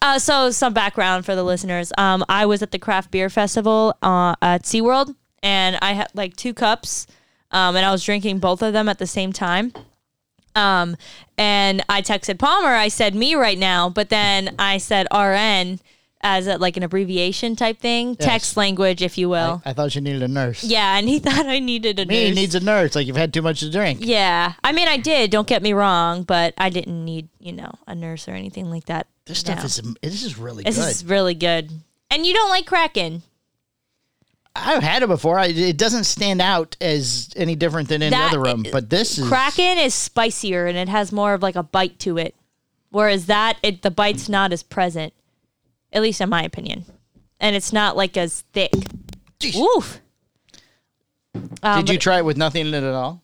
Speaker 2: Uh, so some background for the listeners. Um, I was at the craft beer festival uh, at SeaWorld, and I had like two cups, um, and I was drinking both of them at the same time. Um, and I texted Palmer. I said me right now, but then I said RN as a, like an abbreviation type thing,
Speaker 3: Yes.
Speaker 2: text language, if you will.
Speaker 3: I thought you needed a nurse.
Speaker 2: yeah, and he <laughs> thought I needed a
Speaker 3: Me
Speaker 2: nurse.
Speaker 3: needs a nurse. Like you've had too much to drink.
Speaker 2: yeah, I mean I did. Don't get me wrong, but I didn't need you know a nurse or anything like that.
Speaker 3: This stuff
Speaker 2: No.
Speaker 3: is this is really
Speaker 2: This
Speaker 3: good.
Speaker 2: is really good. And you don't like Kraken.
Speaker 3: I've had it before. I, it doesn't stand out as any different than any
Speaker 2: That-
Speaker 3: other rum, but this is
Speaker 2: Kraken is spicier and it has more of like a bite to it. Whereas that it the bite's not as present. At least in my opinion. And it's not like as thick.
Speaker 3: Jeez.
Speaker 2: Oof. Um,
Speaker 3: Did you try it with nothing in it at all?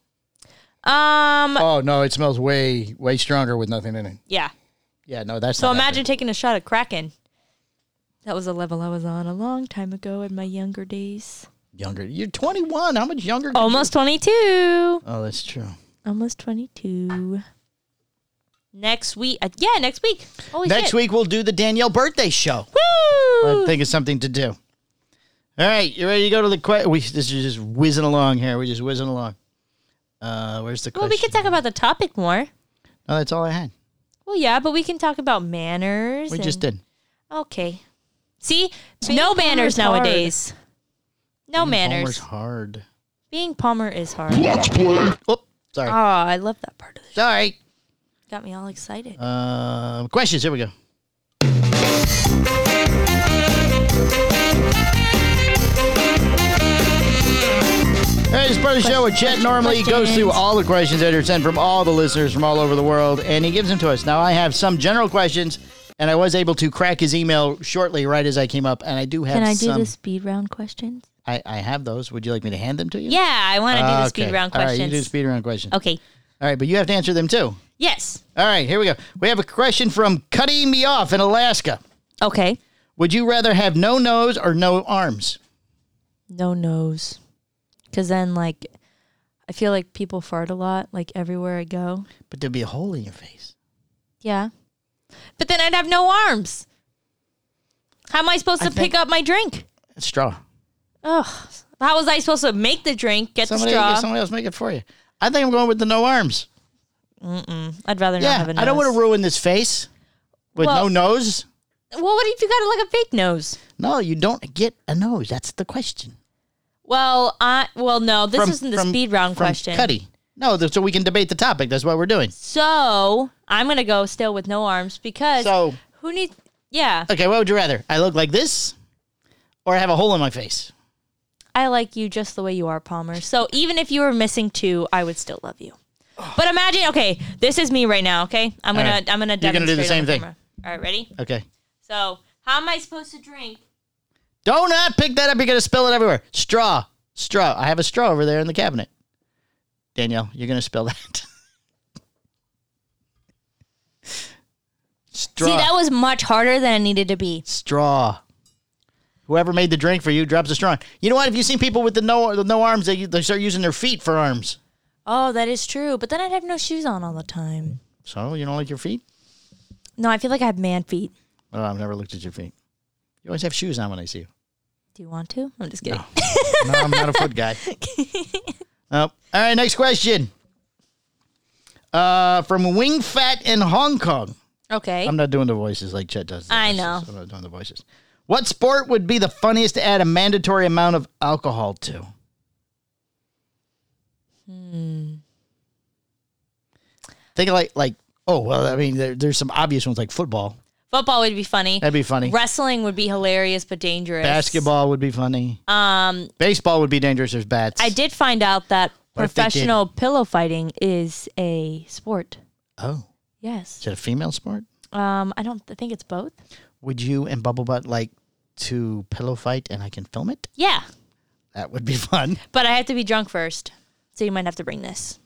Speaker 2: um
Speaker 3: Oh no, it smells way way stronger with nothing in it.
Speaker 2: yeah.
Speaker 3: Yeah, no, that's
Speaker 2: So
Speaker 3: not
Speaker 2: imagine taking a shot at Kraken. That was a level I was on a long time ago in my younger days.
Speaker 3: happening. younger. You're 21. How much younger? could you-
Speaker 2: Almost 22.
Speaker 3: Oh, that's true.
Speaker 2: Almost 22. Next week. Uh, yeah, next week. Holy
Speaker 3: Next
Speaker 2: shit.
Speaker 3: week we'll do the Danielle birthday show.
Speaker 2: Woo!
Speaker 3: I think it's something to do. All right, you ready to go to the question? We this is just whizzing along here. We're just whizzing along. Uh, where's the
Speaker 2: Well,
Speaker 3: question?
Speaker 2: we can talk about the topic more.
Speaker 3: no, that's all I had.
Speaker 2: Well, yeah, but we can talk about manners.
Speaker 3: We just
Speaker 2: and-
Speaker 3: did.
Speaker 2: Okay. See, no manners
Speaker 3: hard.
Speaker 2: nowadays. No
Speaker 3: Palmer's
Speaker 2: manners.
Speaker 3: hard.
Speaker 2: Being Palmer is hard.
Speaker 3: Oh,
Speaker 2: Oh,
Speaker 3: sorry.
Speaker 2: I love that part of it.
Speaker 3: sorry.
Speaker 2: Got me all excited.
Speaker 3: Um, questions. Here we go. All right, it's part of the show where Chet normally goes through
Speaker 2: Questions.
Speaker 3: all the questions that are sent from all the listeners from all over the world, and he gives them to us. Now, I have some general questions, and I was able to crack his email shortly, right as I came up, and I do have
Speaker 2: can I do
Speaker 3: some.
Speaker 2: the speed round questions?
Speaker 3: I, I have those. Would you like me to hand them to you? Ah,
Speaker 2: Yeah, I want to do the
Speaker 3: Okay.
Speaker 2: speed round
Speaker 3: All right,
Speaker 2: questions.
Speaker 3: you do the speed round questions.
Speaker 2: okay.
Speaker 3: All right, but you have to answer them too.
Speaker 2: Yes.
Speaker 3: All right, here we go. We have a question from Cutting Me Off in Alaska.
Speaker 2: Okay.
Speaker 3: Would you rather have no nose or no arms?
Speaker 2: no nose because then like i feel like people fart a lot like everywhere i go
Speaker 3: But there'd be a hole in your face.
Speaker 2: yeah but then i'd have no arms how am i supposed
Speaker 3: I
Speaker 2: to
Speaker 3: think-
Speaker 2: pick up my drink
Speaker 3: A straw.
Speaker 2: Ugh. how was i supposed to make the drink get
Speaker 3: Somebody,
Speaker 2: the straw
Speaker 3: somebody else make it for you. I think I'm going with the no arms.
Speaker 2: i'd rather not
Speaker 3: yeah,
Speaker 2: have a nose
Speaker 3: I don't want to ruin this face with
Speaker 2: Well-
Speaker 3: no nose.
Speaker 2: well what if you got like a fake nose
Speaker 3: No, you don't get a nose. That's the question.
Speaker 2: well i well no this
Speaker 3: From-
Speaker 2: isn't the
Speaker 3: from-
Speaker 2: speed round
Speaker 3: from
Speaker 2: question
Speaker 3: Cuddy. No, th- so we can debate the topic. That's what we're doing.
Speaker 2: so i'm gonna go still with no arms because
Speaker 3: So,
Speaker 2: who needs yeah
Speaker 3: okay, what would you rather? I look like this or I have a hole in my face?
Speaker 2: I like you just the way you are, Palmer. So even if you were missing two, I would still love you. But imagine, okay, this is me right now. Okay, I'm gonna,
Speaker 3: right.
Speaker 2: I'm gonna.
Speaker 3: You're gonna do the
Speaker 2: demonstrate
Speaker 3: same
Speaker 2: on
Speaker 3: thing.
Speaker 2: camera. All right, ready?
Speaker 3: Okay.
Speaker 2: So how am I supposed to drink?
Speaker 3: Don't not pick that up. You're gonna spill it everywhere. Straw, straw. I have a straw over there in the cabinet. Danielle, you're gonna spill <laughs> that. straw,
Speaker 2: See, that was much harder than it needed to be.
Speaker 3: straw. Whoever made the drink for you drops a straw. You know what? If you seen people with the no the no arms, they they start using their feet for arms.
Speaker 2: Oh, that is true. But then I'd have no shoes on all the time.
Speaker 3: So you don't like your feet?
Speaker 2: No, I feel like I have man feet.
Speaker 3: Oh, I've never looked at your feet. You always have shoes on when I see you.
Speaker 2: Do you want to? I'm just kidding.
Speaker 3: No, I'm not a foot
Speaker 2: <laughs>
Speaker 3: guy. Oh, all right, next question. Uh, from Wing Fat in Hong Kong.
Speaker 2: Okay.
Speaker 3: I'm not doing the voices like Chet does. the
Speaker 2: I
Speaker 3: voices.
Speaker 2: know.
Speaker 3: I'm not doing the voices. What sport would be the funniest to add a mandatory amount of alcohol to?
Speaker 2: Hmm.
Speaker 3: Think like like oh well I mean there, there's some obvious ones like football
Speaker 2: Football would be funny.
Speaker 3: that'd be funny
Speaker 2: Wrestling would be hilarious but dangerous.
Speaker 3: basketball would be funny
Speaker 2: Um,
Speaker 3: baseball would be dangerous there's bats
Speaker 2: I did find out that
Speaker 3: What if they did?
Speaker 2: professional pillow fighting is a sport.
Speaker 3: oh is
Speaker 2: Yes.
Speaker 3: it a female sport
Speaker 2: Um, I don't I think it's both.
Speaker 3: would you and Bubble Butt like to pillow fight and I can film it
Speaker 2: Yeah,
Speaker 3: that would be <laughs> fun
Speaker 2: but I have to be drunk first, so you might have to bring this.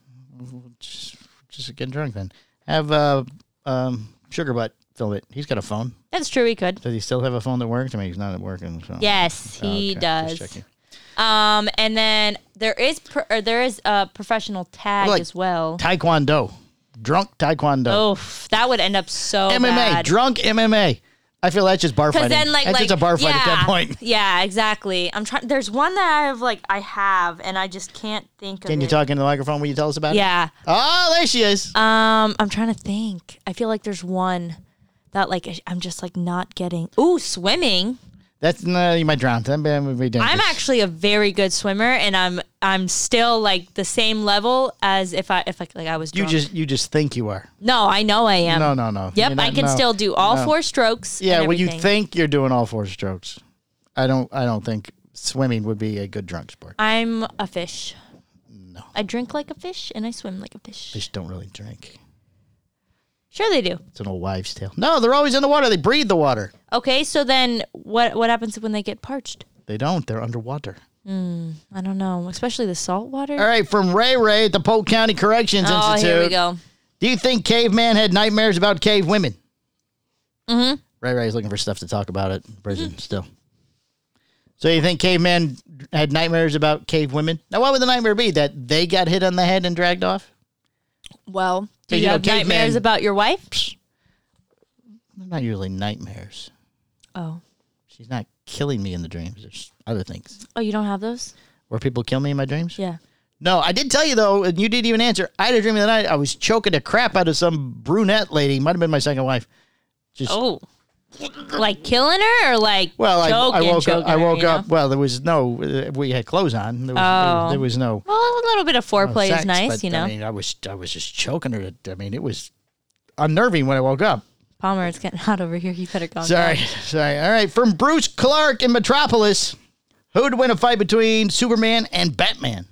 Speaker 3: just get drunk then. Have uh, um, sugar butt film it. He's got a phone.
Speaker 2: That's true. He could.
Speaker 3: Does he still have a phone that works? I mean, he's not working. So.
Speaker 2: Yes, he
Speaker 3: Okay, just
Speaker 2: does.
Speaker 3: checking.
Speaker 2: Um, and then there is pr- or there is a professional tag
Speaker 3: Like-
Speaker 2: as well.
Speaker 3: Taekwondo, drunk Taekwondo.
Speaker 2: Oh, that would end up so
Speaker 3: MMA,
Speaker 2: bad.
Speaker 3: drunk MMA. I feel that's just bar fighting.
Speaker 2: Because then, like,
Speaker 3: that's
Speaker 2: like
Speaker 3: just a bar fight at that
Speaker 2: yeah,
Speaker 3: point.
Speaker 2: <laughs> Yeah, exactly. I'm trying. There's one that I have, like, I have, and I just can't think of.
Speaker 3: Can you
Speaker 2: it.
Speaker 3: talk into the microphone? Will you tell us about it?
Speaker 2: Yeah.
Speaker 3: Oh, there she is.
Speaker 2: Um, I'm trying to think. I feel like there's one that, like, I- I'm just like not getting. Ooh, swimming.
Speaker 3: That's no, you might drown. That would be dangerous.
Speaker 2: I'm actually a very good swimmer, and I'm I'm still like the same level as if I if like, like I was.
Speaker 3: You
Speaker 2: drunk.
Speaker 3: just you just think you are.
Speaker 2: no, I know I am.
Speaker 3: No, no, no.
Speaker 2: Um, Yep,
Speaker 3: You're not-
Speaker 2: I can
Speaker 3: no.
Speaker 2: still do all
Speaker 3: No.
Speaker 2: four strokes.
Speaker 3: Yeah,
Speaker 2: and
Speaker 3: well, you
Speaker 2: everything.
Speaker 3: think you're doing all four strokes. I don't. I don't think swimming would be a good drunk
Speaker 2: Uh,
Speaker 3: sport.
Speaker 2: I'm a fish. No, I drink like a fish and I swim like a fish.
Speaker 3: Fish don't really drink.
Speaker 2: Sure, they do.
Speaker 3: It's an old wives' tale. No, they're always in the water. They breathe the water.
Speaker 2: Okay, so then what what happens when they get parched?
Speaker 3: They don't. They're underwater.
Speaker 2: I don't know, especially the salt water.
Speaker 3: All right, from Ray Ray at the Polk County Corrections
Speaker 2: oh,
Speaker 3: Institute.
Speaker 2: here we go.
Speaker 3: Do you think caveman had nightmares about cave women? Mm-hmm.
Speaker 2: Mm-hmm.
Speaker 3: Ray Ray's looking for stuff to talk about at prison still. So you think caveman had nightmares about cave women? Now, what would the nightmare be? That they got hit on the head and dragged off?
Speaker 2: Well, do
Speaker 3: you
Speaker 2: you,
Speaker 3: know,
Speaker 2: have
Speaker 3: caveman-
Speaker 2: nightmares about your wife?
Speaker 3: They're not usually nightmares.
Speaker 2: Oh,
Speaker 3: She's not killing me in the dreams. There's other things
Speaker 2: oh, you don't have those?
Speaker 3: where people kill me in my dreams.
Speaker 2: Yeah.
Speaker 3: No, I did tell you though, and you didn't even answer. I had a dream the other night. I was choking the crap out of some brunette lady. Might have been my second wife. Just
Speaker 2: Oh, like killing her or like
Speaker 3: Well, I, I
Speaker 2: choking,
Speaker 3: woke up.
Speaker 2: choking
Speaker 3: I
Speaker 2: her,
Speaker 3: woke
Speaker 2: you
Speaker 3: up.
Speaker 2: know?
Speaker 3: Well, there was no. We had clothes on. There was,
Speaker 2: Oh.
Speaker 3: there was no.
Speaker 2: Well, a little bit of foreplay
Speaker 3: Oh, sex,
Speaker 2: is nice,
Speaker 3: but,
Speaker 2: you know.
Speaker 3: I mean, I was I was just choking her. To, I mean, it was unnerving when I woke up.
Speaker 2: Palmer, it's getting hot over here. You better go.
Speaker 3: Sorry, <laughs> sorry. All right, from Bruce Clark in Metropolis, who would win a fight between Superman and Batman?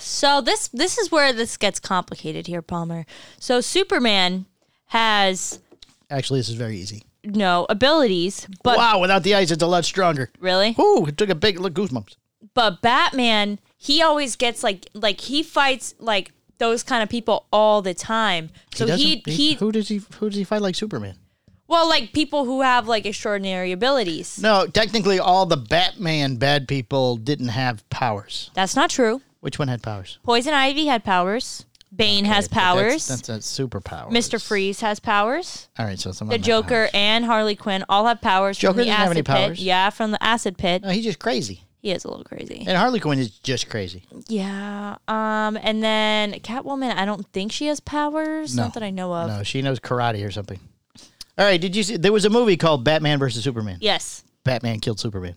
Speaker 2: So this this is where this gets complicated here, Palmer. So Superman has
Speaker 3: Actually, this is very easy.
Speaker 2: no abilities, but
Speaker 3: wow, without the ice, it's a lot stronger.
Speaker 2: really,
Speaker 3: Ooh, it took a big look goosebumps.
Speaker 2: but Batman, he always gets like like he fights like those kind of people all the time. So
Speaker 3: doesn't-
Speaker 2: he he,
Speaker 3: who does he who does he fight like Superman?
Speaker 2: well like people who have like extraordinary abilities.
Speaker 3: No, technically, all the Batman bad people didn't have powers.
Speaker 2: That's not true.
Speaker 3: Which one had powers?
Speaker 2: Poison Ivy had powers. Bane has
Speaker 3: Okay, but
Speaker 2: powers.
Speaker 3: That's, that's a superpower.
Speaker 2: Mr. Freeze has powers.
Speaker 3: All right, so someone
Speaker 2: The
Speaker 3: had
Speaker 2: Joker
Speaker 3: powers.
Speaker 2: and Harley Quinn all have powers
Speaker 3: Joker
Speaker 2: from the
Speaker 3: doesn't have
Speaker 2: acid
Speaker 3: any powers.
Speaker 2: pit. Yeah, from the acid pit.
Speaker 3: No, he's just crazy.
Speaker 2: He is a little crazy.
Speaker 3: And Harley Quinn is just crazy.
Speaker 2: Yeah. Um, and then Catwoman, I don't think she has powers. Not that I know of.
Speaker 3: No, she knows karate or something. All right, did you see? There was a movie called Batman versus Superman.
Speaker 2: Yes.
Speaker 3: Batman killed Superman.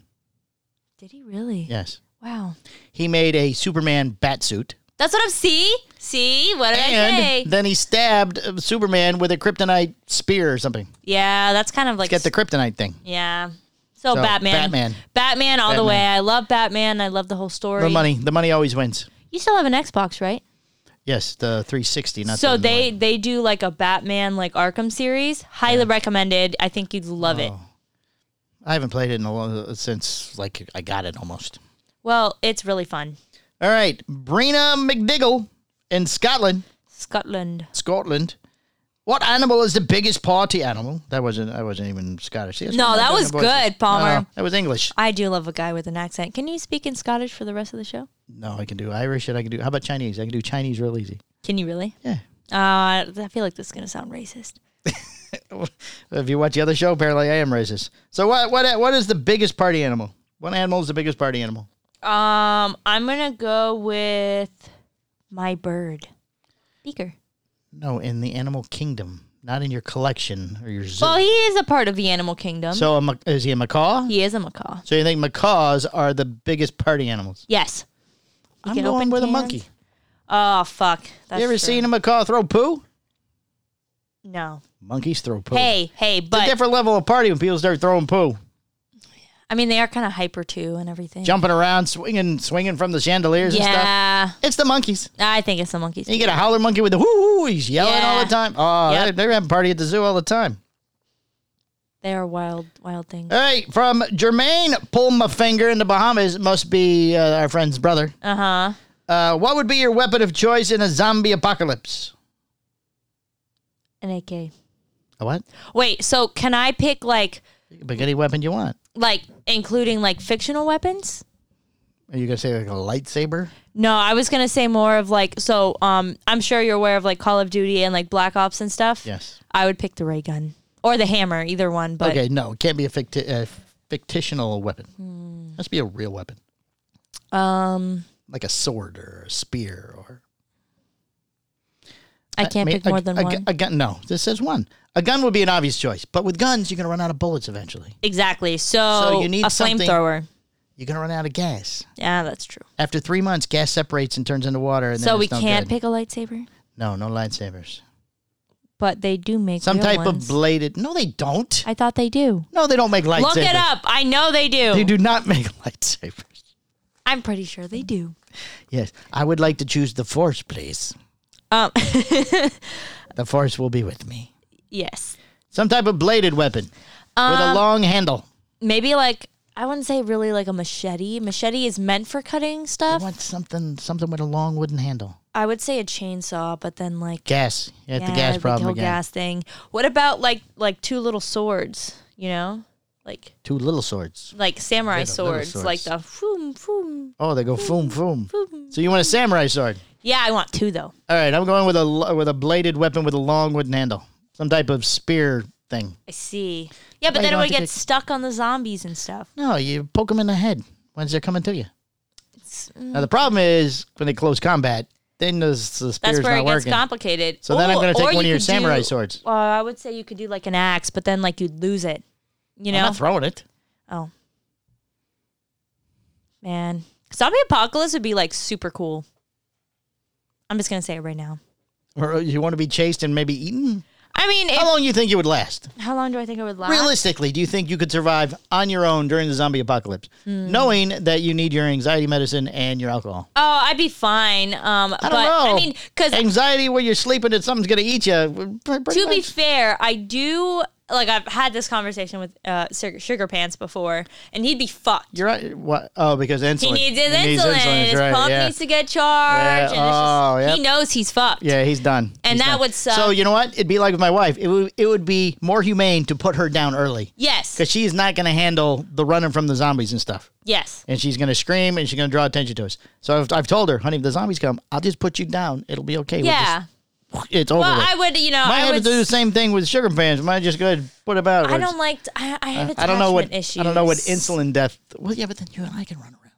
Speaker 2: Did he really?
Speaker 3: Yes.
Speaker 2: Wow.
Speaker 3: He made a Superman bat suit.
Speaker 2: That's what I'm see. See what did
Speaker 3: And
Speaker 2: I say?
Speaker 3: then he stabbed uh, Superman with a kryptonite spear or something.
Speaker 2: yeah, that's kind of like
Speaker 3: Get the kryptonite thing.
Speaker 2: yeah.
Speaker 3: So,
Speaker 2: So, Batman,
Speaker 3: Batman.
Speaker 2: Batman all the
Speaker 3: Batman.
Speaker 2: way. I love Batman. I love the whole story.
Speaker 3: The money. The money always wins.
Speaker 2: You still have an Xbox, right?
Speaker 3: Yes, the 360. Not
Speaker 2: so
Speaker 3: the-
Speaker 2: they they do like a Batman like Arkham series. Highly recommended. I think you'd love
Speaker 3: Oh.
Speaker 2: it.
Speaker 3: I haven't played it in a long since like I got it almost.
Speaker 2: Well, it's really fun.
Speaker 3: All right, Brina McDiggle in Scotland.
Speaker 2: Scotland.
Speaker 3: Scotland. What animal is the biggest party animal? That wasn't. I wasn't even Scottish. See, that's
Speaker 2: No,
Speaker 3: what I'm
Speaker 2: that
Speaker 3: doing
Speaker 2: was
Speaker 3: the voices.
Speaker 2: good, Palmer.
Speaker 3: No, that was English.
Speaker 2: I do love a guy with an accent. Can you speak in Scottish for the rest of the show?
Speaker 3: No, I can do Irish, and I can do. How about Chinese? I can do Chinese real easy. <laughs>
Speaker 2: Can you really?
Speaker 3: Yeah.
Speaker 2: Uh, I feel like this is gonna sound racist.
Speaker 3: If you watch the other show, apparently I am racist. So what? What? What is the biggest party animal? What animal is the biggest party animal?
Speaker 2: Um, I'm gonna go with my bird, Beaker.
Speaker 3: No, in the animal kingdom, not in your collection or your zoo.
Speaker 2: Well, he is a part of the animal kingdom.
Speaker 3: so a, mac- is he a macaw?
Speaker 2: he is a macaw.
Speaker 3: So you think macaws are the biggest party animals?
Speaker 2: Yes. He
Speaker 3: I'm
Speaker 2: can
Speaker 3: going
Speaker 2: open
Speaker 3: with a
Speaker 2: cans.
Speaker 3: monkey.
Speaker 2: Oh fuck! That's
Speaker 3: you ever
Speaker 2: true.
Speaker 3: seen a macaw throw poo?
Speaker 2: No.
Speaker 3: Monkeys throw poo.
Speaker 2: Hey,
Speaker 3: Oh.
Speaker 2: hey,
Speaker 3: It's a
Speaker 2: but
Speaker 3: different level of party when people start throwing poo,
Speaker 2: I mean they are kind of hyper too and everything.
Speaker 3: jumping around, swinging, swinging from the chandeliers and stuff.
Speaker 2: yeah,
Speaker 3: It's the monkeys.
Speaker 2: I think it's the monkeys.
Speaker 3: And you get a howler monkey with the whoo, he's yelling all the
Speaker 2: Yeah.
Speaker 3: time. Oh,
Speaker 2: Yep.
Speaker 3: they're, they're having a party at the zoo all the time.
Speaker 2: They are wild, wild things.
Speaker 3: All right, from Jermaine Pull My Finger in the Bahamas, must be uh, our friend's brother.
Speaker 2: Uh huh.
Speaker 3: Uh, what would be your weapon of choice in a zombie apocalypse?
Speaker 2: an AK.
Speaker 3: A what?
Speaker 2: Wait, so can I pick like
Speaker 3: Pick any weapon you want.
Speaker 2: like including like fictional weapons?
Speaker 3: Are you gonna say like a lightsaber?
Speaker 2: No, I was gonna say more of like so. Um, I'm sure you're aware of like Call of Duty and like Black Ops and stuff.
Speaker 3: Yes.
Speaker 2: I would pick the ray gun or the hammer, either one. But
Speaker 3: Okay, no, it can't be a ficti- uh, fictitional weapon. It has to be a real weapon,
Speaker 2: um,
Speaker 3: like a sword or a spear or.
Speaker 2: I can't
Speaker 3: mean,
Speaker 2: pick more
Speaker 3: a,
Speaker 2: than
Speaker 3: a, gu-
Speaker 2: one.
Speaker 3: A gun? No, this says one. A gun would be an obvious choice, but with guns, you're gonna run out of bullets eventually.
Speaker 2: exactly. So,
Speaker 3: you need
Speaker 2: a
Speaker 3: something-
Speaker 2: flamethrower.
Speaker 3: You're gonna run out of gas.
Speaker 2: Yeah, that's true.
Speaker 3: After three months, gas separates and turns into water. And then
Speaker 2: So we
Speaker 3: it's no
Speaker 2: can't
Speaker 3: good.
Speaker 2: pick a lightsaber,
Speaker 3: No, no lightsabers.
Speaker 2: but they do make
Speaker 3: Some
Speaker 2: real
Speaker 3: type
Speaker 2: ones.
Speaker 3: of bladed. No, they don't.
Speaker 2: I thought they do.
Speaker 3: No, they don't make lightsabers.
Speaker 2: Look it up. I know they do.
Speaker 3: They do not <laughs> make lightsabers.
Speaker 2: I'm pretty sure they do.
Speaker 3: Yes, I would like to choose the force, please.
Speaker 2: Um, <laughs>
Speaker 3: The force will be with me.
Speaker 2: yes.
Speaker 3: Some type of bladed weapon with
Speaker 2: Um,
Speaker 3: a long handle.
Speaker 2: Maybe like I wouldn't say really like a machete. Machete is meant for cutting
Speaker 3: I
Speaker 2: stuff.
Speaker 3: want something, something with a long wooden handle.
Speaker 2: I would say a chainsaw, but then like
Speaker 3: Gas. You had
Speaker 2: yeah,
Speaker 3: the gas problem
Speaker 2: whole
Speaker 3: again.
Speaker 2: gas thing. What about like like two little swords? You know, like
Speaker 3: Two little swords.
Speaker 2: like samurai
Speaker 3: Little- little
Speaker 2: swords, like the foom foom.
Speaker 3: Oh, they go foom foom. So you want a samurai sword?
Speaker 2: Yeah, I want two though.
Speaker 3: All right, I'm going with a lo- with a bladed weapon with a long wooden handle. Some type of spear thing.
Speaker 2: I see. Yeah, but
Speaker 3: Why
Speaker 2: then it
Speaker 3: don't
Speaker 2: would
Speaker 3: you
Speaker 2: get
Speaker 3: pick-
Speaker 2: stuck on the zombies and stuff.
Speaker 3: No, you poke them in the head once they're coming to you. Now the problem is when they close combat, then the, s- the
Speaker 2: mm. That's
Speaker 3: spear's
Speaker 2: where
Speaker 3: not
Speaker 2: it gets
Speaker 3: working.
Speaker 2: complicated.
Speaker 3: So then I'm
Speaker 2: Ooh,
Speaker 3: going to
Speaker 2: or
Speaker 3: take one of
Speaker 2: you
Speaker 3: your
Speaker 2: could
Speaker 3: samurai
Speaker 2: do-
Speaker 3: swords.
Speaker 2: Uh, I would say you could do like an axe, but then like you'd lose it. You know?
Speaker 3: I'm not throwing it.
Speaker 2: Oh. Man. Zombie apocalypse would be like super cool. I'm just gonna say it right now.
Speaker 3: Or you want to be chased and maybe eaten?
Speaker 2: I mean, if,
Speaker 3: How long you think you would last?
Speaker 2: how long do I think it would last?
Speaker 3: Realistically, do you think you could survive on your own during the zombie apocalypse, knowing that you need your anxiety medicine and your alcohol?
Speaker 2: Oh, I'd be fine. Um,
Speaker 3: I
Speaker 2: but
Speaker 3: don't know.
Speaker 2: I mean, because
Speaker 3: anxiety when you're sleeping and something's going to eat you. pretty
Speaker 2: to be
Speaker 3: much-
Speaker 2: fair, I do like I've had this conversation with uh, Sugar, Sugar Pants before, and he'd be fucked.
Speaker 3: You're right. What? Oh, because insulin.
Speaker 2: he needs his
Speaker 3: He
Speaker 2: insulin.
Speaker 3: that's
Speaker 2: his
Speaker 3: right,
Speaker 2: pump
Speaker 3: yeah.
Speaker 2: needs to get
Speaker 3: Yeah,
Speaker 2: charged. And
Speaker 3: oh,
Speaker 2: it's just,
Speaker 3: yep.
Speaker 2: He knows he's fucked.
Speaker 3: Yeah, he's done.
Speaker 2: And
Speaker 3: He's
Speaker 2: that
Speaker 3: done.
Speaker 2: would suck.
Speaker 3: So you know what? It'd be like with my wife. It would it would be more humane to put her down early
Speaker 2: Yes.
Speaker 3: because she's not going to handle the running from the zombies and stuff,
Speaker 2: Yes.
Speaker 3: and she's going to scream and she's going to draw attention to us. So I've, I've told her, honey, if the zombies come, I'll just put you down. It'll be okay. We'll
Speaker 2: Yeah.
Speaker 3: just- <laughs> it's over.
Speaker 2: Well,
Speaker 3: with.
Speaker 2: I would, you know,
Speaker 3: Might
Speaker 2: I
Speaker 3: have to
Speaker 2: would.
Speaker 3: do the same thing with sugar pants. Might just go ahead and put them out.
Speaker 2: I don't like. I, I have attachment
Speaker 3: I don't know what
Speaker 2: issues.
Speaker 3: I don't know what insulin death. Well, yeah, but then you and I can run around.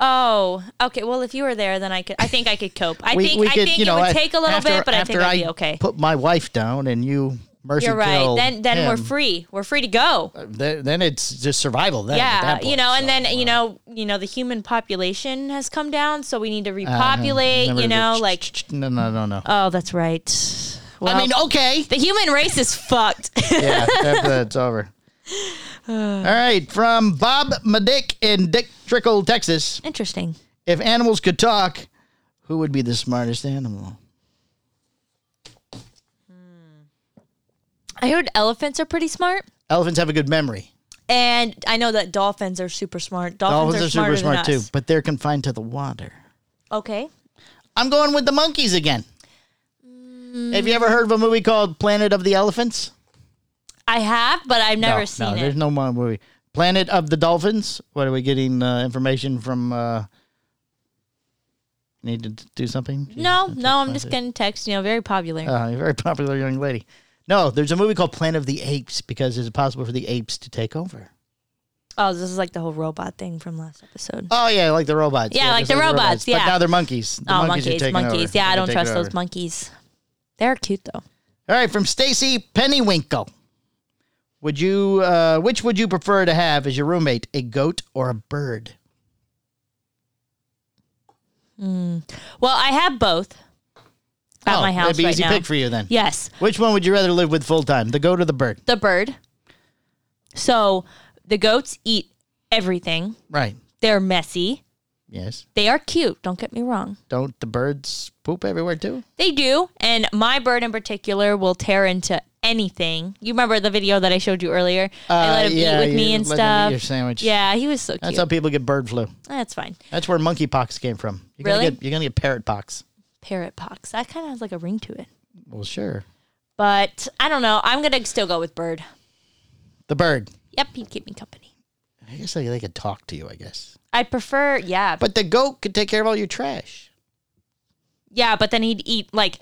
Speaker 2: Oh, okay. Well, if you were there, then I could. I think I could cope. I think. I think it would
Speaker 3: I-
Speaker 2: take a little
Speaker 3: after-
Speaker 2: bit, but I
Speaker 3: after
Speaker 2: think I'd be okay.
Speaker 3: Put my wife down, and you mercy
Speaker 2: You're right.
Speaker 3: kill
Speaker 2: Then, then we're
Speaker 3: him.
Speaker 2: free. We're free to go.
Speaker 3: Then, then it's just survival. Then, at
Speaker 2: yeah,
Speaker 3: that point,
Speaker 2: you know,
Speaker 3: so, uh,
Speaker 2: and then you
Speaker 3: wow.
Speaker 2: know, you know, the human population has come down, so we need to
Speaker 3: Uh-huh.
Speaker 2: repopulate.
Speaker 3: Remember
Speaker 2: You
Speaker 3: the
Speaker 2: know,
Speaker 3: ch-
Speaker 2: like
Speaker 3: ch- ch- no, no, no, no.
Speaker 2: oh, that's right. Well,
Speaker 3: I mean, okay.
Speaker 2: the human race is fucked. <laughs>
Speaker 3: yeah, after that, it's over. All right, from Bob Madick in Dick Trickle, Texas.
Speaker 2: Interesting.
Speaker 3: If animals could talk, who would be the smartest animal?
Speaker 2: I heard elephants are pretty smart,
Speaker 3: Elephants have a good memory.
Speaker 2: and I know that dolphins are super smart. Dolphins,
Speaker 3: Dolphins are
Speaker 2: smarter
Speaker 3: super smart
Speaker 2: than
Speaker 3: too,
Speaker 2: us.
Speaker 3: but they're confined to the water.
Speaker 2: Okay.
Speaker 3: I'm going with the monkeys again.
Speaker 2: Mm.
Speaker 3: Have you ever heard of a movie called Planet of the Elephants?
Speaker 2: I have, but I've never
Speaker 3: no,
Speaker 2: seen
Speaker 3: no,
Speaker 2: it.
Speaker 3: There's no mo- movie. Planet of the Dolphins. What are we getting uh, information from? Uh, need to d- do something?
Speaker 2: No, no, I'm just getting text. You know, very popular.
Speaker 3: Uh, a very popular young lady. No, there's a movie called Planet of the Apes because it's possible for the apes to take over.
Speaker 2: oh, this is like the whole robot thing from last episode.
Speaker 3: Oh yeah, like the robots.
Speaker 2: Yeah, like
Speaker 3: just
Speaker 2: the robots, yeah.
Speaker 3: But now they're monkeys. The
Speaker 2: oh,
Speaker 3: monkeys, are
Speaker 2: monkeys,
Speaker 3: taking
Speaker 2: monkeys.
Speaker 3: over.
Speaker 2: Yeah, I
Speaker 3: They're
Speaker 2: don't
Speaker 3: taking
Speaker 2: trust
Speaker 3: over.
Speaker 2: those monkeys. They're cute though.
Speaker 3: All right, from Stacy Pennywinkle. Would you uh, which would you prefer to have as your roommate, a goat or a bird?
Speaker 2: Well, I have both at
Speaker 3: Oh,
Speaker 2: my house
Speaker 3: That'd be
Speaker 2: right
Speaker 3: easy
Speaker 2: now.
Speaker 3: pick for you then.
Speaker 2: Yes,
Speaker 3: Which one would you rather live with full time, the goat or the bird?
Speaker 2: the bird. So the goats eat everything.
Speaker 3: Right.
Speaker 2: They're messy.
Speaker 3: Yes.
Speaker 2: They are cute. Don't get me wrong.
Speaker 3: Don't the birds poop everywhere too?
Speaker 2: They do, and my bird in particular will tear into anything. You remember the video that I showed you earlier? I let him
Speaker 3: Uh, yeah,
Speaker 2: eat with
Speaker 3: you
Speaker 2: me and
Speaker 3: let them eat
Speaker 2: stuff.
Speaker 3: your sandwich.
Speaker 2: Yeah, he was so cute.
Speaker 3: That's how people get bird flu.
Speaker 2: That's fine.
Speaker 3: That's where monkey pox came from. You're
Speaker 2: Really?
Speaker 3: Gonna get, you're gonna get parrot pox.
Speaker 2: Parrot pox. That kind of has like a ring to it.
Speaker 3: Well, sure.
Speaker 2: But I don't know. I'm gonna still go with Bird.
Speaker 3: The bird.
Speaker 2: Yep, he'd keep me company.
Speaker 3: I guess they, they could talk to you, I guess.
Speaker 2: I prefer, yeah, but
Speaker 3: But the goat could take care of all your trash.
Speaker 2: yeah, but then he'd eat like.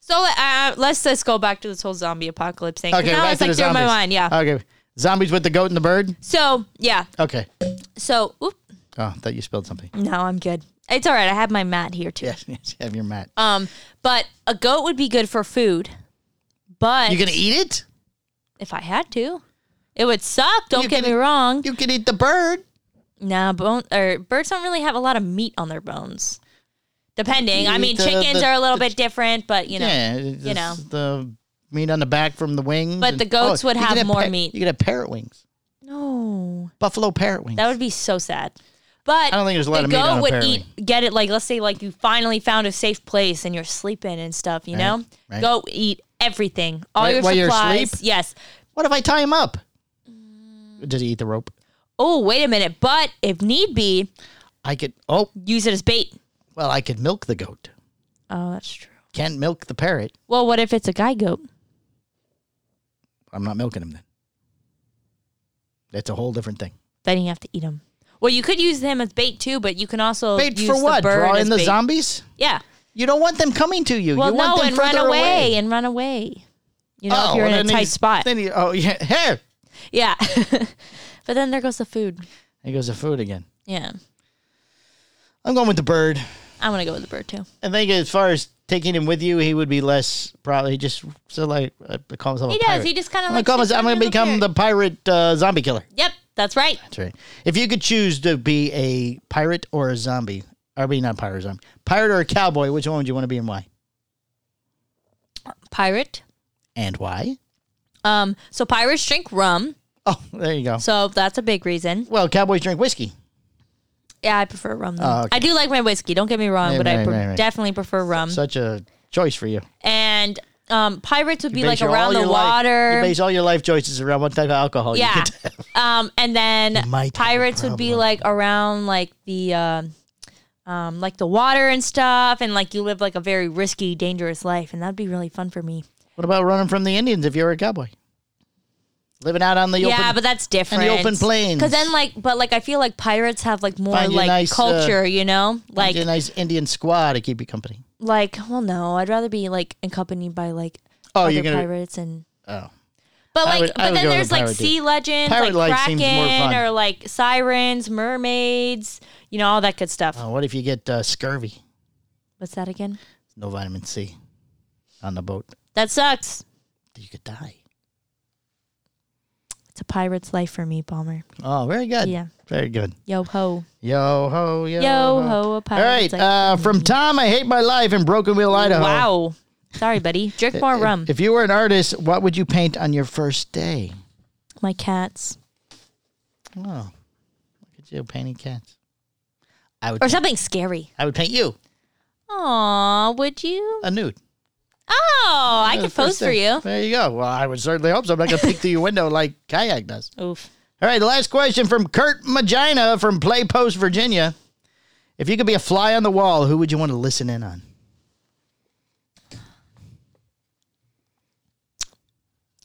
Speaker 2: So uh, let's just go back to this whole zombie apocalypse thing. 'cause
Speaker 3: Okay,
Speaker 2: now
Speaker 3: back
Speaker 2: it's
Speaker 3: to the
Speaker 2: like through my
Speaker 3: zombies.
Speaker 2: mind. Yeah.
Speaker 3: Okay. Zombies with the goat and the bird?
Speaker 2: so yeah.
Speaker 3: Okay.
Speaker 2: So oop,
Speaker 3: Oh, I thought you spelled something. <laughs>
Speaker 2: no, I'm good. It's all right. I have my mat here too.
Speaker 3: Yes, yes, have your mat.
Speaker 2: Um, but a goat would be good for food. But
Speaker 3: you gonna eat it?
Speaker 2: if I had to, it would suck. Don't
Speaker 3: You
Speaker 2: get
Speaker 3: can-
Speaker 2: me wrong.
Speaker 3: You could eat the bird.
Speaker 2: Nah, bone or birds don't really have a lot of meat on their bones. Depending, I mean,
Speaker 3: The-
Speaker 2: chickens
Speaker 3: the-
Speaker 2: are a little
Speaker 3: the-
Speaker 2: bit different, but you know,
Speaker 3: yeah, you
Speaker 2: know.
Speaker 3: the meat on the back from the wings. Oh,
Speaker 2: But the goats would
Speaker 3: you could
Speaker 2: have more
Speaker 3: par-
Speaker 2: meat.
Speaker 3: You could have parrot wings,
Speaker 2: no,
Speaker 3: buffalo parrot wings.
Speaker 2: that would be so sad. But
Speaker 3: I don't think there's a lot
Speaker 2: the
Speaker 3: of meat
Speaker 2: goat
Speaker 3: on a
Speaker 2: would
Speaker 3: parrot
Speaker 2: eat, get it like let's say like you finally found a safe place and you're sleeping and stuff, you know,
Speaker 3: right.
Speaker 2: go eat everything, all
Speaker 3: Right,
Speaker 2: your
Speaker 3: while you're
Speaker 2: supplies.
Speaker 3: asleep?
Speaker 2: Yes.
Speaker 3: what if I tie him up? Does he eat the rope?
Speaker 2: Oh, wait a minute, but if need be,
Speaker 3: I could. Oh,
Speaker 2: use it as bait.
Speaker 3: well, I could milk the goat.
Speaker 2: Oh, that's true.
Speaker 3: Can't milk the parrot.
Speaker 2: Well, what if it's a guy goat?
Speaker 3: I'm not milking him then. That's a whole different thing.
Speaker 2: Then you have to eat him. Well, you could use him as bait too, but you can also
Speaker 3: Bait
Speaker 2: use
Speaker 3: for what?
Speaker 2: The bird
Speaker 3: Draw in
Speaker 2: as
Speaker 3: the
Speaker 2: bait.
Speaker 3: zombies?
Speaker 2: Yeah.
Speaker 3: You don't want them coming to you.
Speaker 2: Well,
Speaker 3: you want
Speaker 2: no,
Speaker 3: them
Speaker 2: and run
Speaker 3: further
Speaker 2: away, and run away. You know, if
Speaker 3: Oh,
Speaker 2: you're in
Speaker 3: well,
Speaker 2: a
Speaker 3: then
Speaker 2: tight
Speaker 3: he's-
Speaker 2: spot.
Speaker 3: Then he, oh yeah, <laughs> here
Speaker 2: <laughs> yeah. <laughs> but then there goes the food.
Speaker 3: he goes to food again.
Speaker 2: Yeah.
Speaker 3: I'm going with the bird.
Speaker 2: I'm gonna go with the bird too.
Speaker 3: I think as far as taking him with you, he would be less probably just so like uh, call himself.
Speaker 2: He
Speaker 3: a
Speaker 2: does.
Speaker 3: pirate.
Speaker 2: He just kinda
Speaker 3: I'm
Speaker 2: like
Speaker 3: gonna, call
Speaker 2: sits
Speaker 3: myself, I'm gonna
Speaker 2: on the little
Speaker 3: become the pirate uh, zombie killer.
Speaker 2: Yep, that's right.
Speaker 3: That's right. If you could choose to be a pirate or a zombie, or be not pirate zombie, pirate or a cowboy, which one would you want to be and why?
Speaker 2: Pirate.
Speaker 3: And why?
Speaker 2: Um, so pirates drink rum,
Speaker 3: Oh, there you go.
Speaker 2: so that's a big reason.
Speaker 3: Well, cowboys drink whiskey.
Speaker 2: Yeah, I prefer rum. Though.
Speaker 3: Oh, okay.
Speaker 2: I do like my whiskey. Don't get me wrong,
Speaker 3: Right,
Speaker 2: but I
Speaker 3: right,
Speaker 2: pre-
Speaker 3: right, right.
Speaker 2: definitely prefer rum.
Speaker 3: Such a choice for you.
Speaker 2: and um, pirates would be
Speaker 3: Base
Speaker 2: like
Speaker 3: your- all
Speaker 2: around the
Speaker 3: your life-
Speaker 2: water.
Speaker 3: you base all your life choices around what type of alcohol. Oh, You
Speaker 2: Yeah.
Speaker 3: could-
Speaker 2: um, and
Speaker 3: You might
Speaker 2: then
Speaker 3: have a
Speaker 2: pirates would be
Speaker 3: problem.
Speaker 2: like around like the um, um, like the water and stuff, and like you live like a very risky, dangerous life, and that'd be really fun for me.
Speaker 3: <laughs> What about running from the Indians if you were a cowboy? Living out on the
Speaker 2: yeah,
Speaker 3: open.
Speaker 2: but that's different.
Speaker 3: open plains.
Speaker 2: Because then like, but like I feel like pirates have like more
Speaker 3: Find you a
Speaker 2: like
Speaker 3: nice, uh,
Speaker 2: culture, you know, like
Speaker 3: a nice Indian squad to keep you company.
Speaker 2: like well, no, I'd rather be like accompanied by like
Speaker 3: Oh,
Speaker 2: other
Speaker 3: you're gonna-
Speaker 2: pirates and
Speaker 3: Oh.
Speaker 2: But
Speaker 3: I
Speaker 2: like,
Speaker 3: would- I
Speaker 2: but
Speaker 3: would
Speaker 2: then
Speaker 3: go with
Speaker 2: there's
Speaker 3: the
Speaker 2: like
Speaker 3: pirate,
Speaker 2: sea legends,
Speaker 3: Pirate
Speaker 2: like
Speaker 3: life
Speaker 2: kraken
Speaker 3: seems more fun.
Speaker 2: or like sirens, mermaids, you know, all that good stuff.
Speaker 3: Oh, what if you get uh, scurvy?
Speaker 2: What's that again?
Speaker 3: No vitamin C on the boat.
Speaker 2: That sucks.
Speaker 3: You could die.
Speaker 2: It's a pirate's life for me, Palmer.
Speaker 3: Oh, very good.
Speaker 2: Yeah.
Speaker 3: Very good.
Speaker 2: Yo ho,
Speaker 3: Yo ho, yo,
Speaker 2: yo ho, a
Speaker 3: All right.
Speaker 2: pirate's life.
Speaker 3: Uh, from Tom, I hate my life in Broken Wheel, Idaho.
Speaker 2: Wow. Sorry, buddy. Drink more rum.
Speaker 3: If you were an artist, what would you paint on your first day?
Speaker 2: My cats
Speaker 3: Oh, look at you painting cats. I would.
Speaker 2: or something scary.
Speaker 3: I would paint you
Speaker 2: Aw, would you?
Speaker 3: a nude.
Speaker 2: Oh, I could
Speaker 3: First
Speaker 2: pose for
Speaker 3: thing.
Speaker 2: you.
Speaker 3: There you go. Well, I would certainly hope so. I'm not going to peek through your window like kayak does.
Speaker 2: Oof.
Speaker 3: All right, last question from Kurt Magina from Play Post, Virginia. If you could be a fly on the wall, who would you want to listen in on?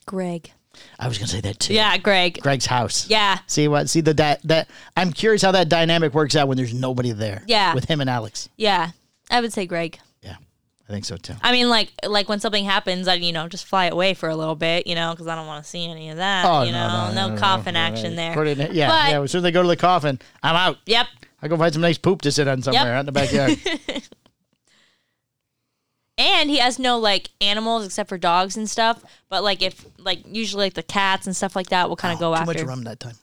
Speaker 2: Greg.
Speaker 3: I was going to say that too.
Speaker 2: Yeah, Greg.
Speaker 3: Greg's house.
Speaker 2: Yeah.
Speaker 3: See what? See the that that. I'm curious how that dynamic works out when there's nobody there.
Speaker 2: Yeah.
Speaker 3: With him and Alex.
Speaker 2: Yeah. I would say Greg.
Speaker 3: Yeah, I think so too.
Speaker 2: I mean, like, like when something happens, I you know just fly away for a little bit, you know, because I don't want to see any of that.
Speaker 3: Oh,
Speaker 2: you
Speaker 3: no,
Speaker 2: know,
Speaker 3: no,
Speaker 2: no,
Speaker 3: no, no,
Speaker 2: coffin action there.
Speaker 3: Put it in- yeah,
Speaker 2: But-
Speaker 3: yeah. As soon as they go to the coffin, I'm out.
Speaker 2: Yep.
Speaker 3: I go find some nice poop to sit on somewhere out in the backyard.
Speaker 2: And he has no like animals except for dogs and stuff. But like if like usually like the cats and stuff like that will kind of <laughs> go
Speaker 3: too
Speaker 2: after.
Speaker 3: much rum that time.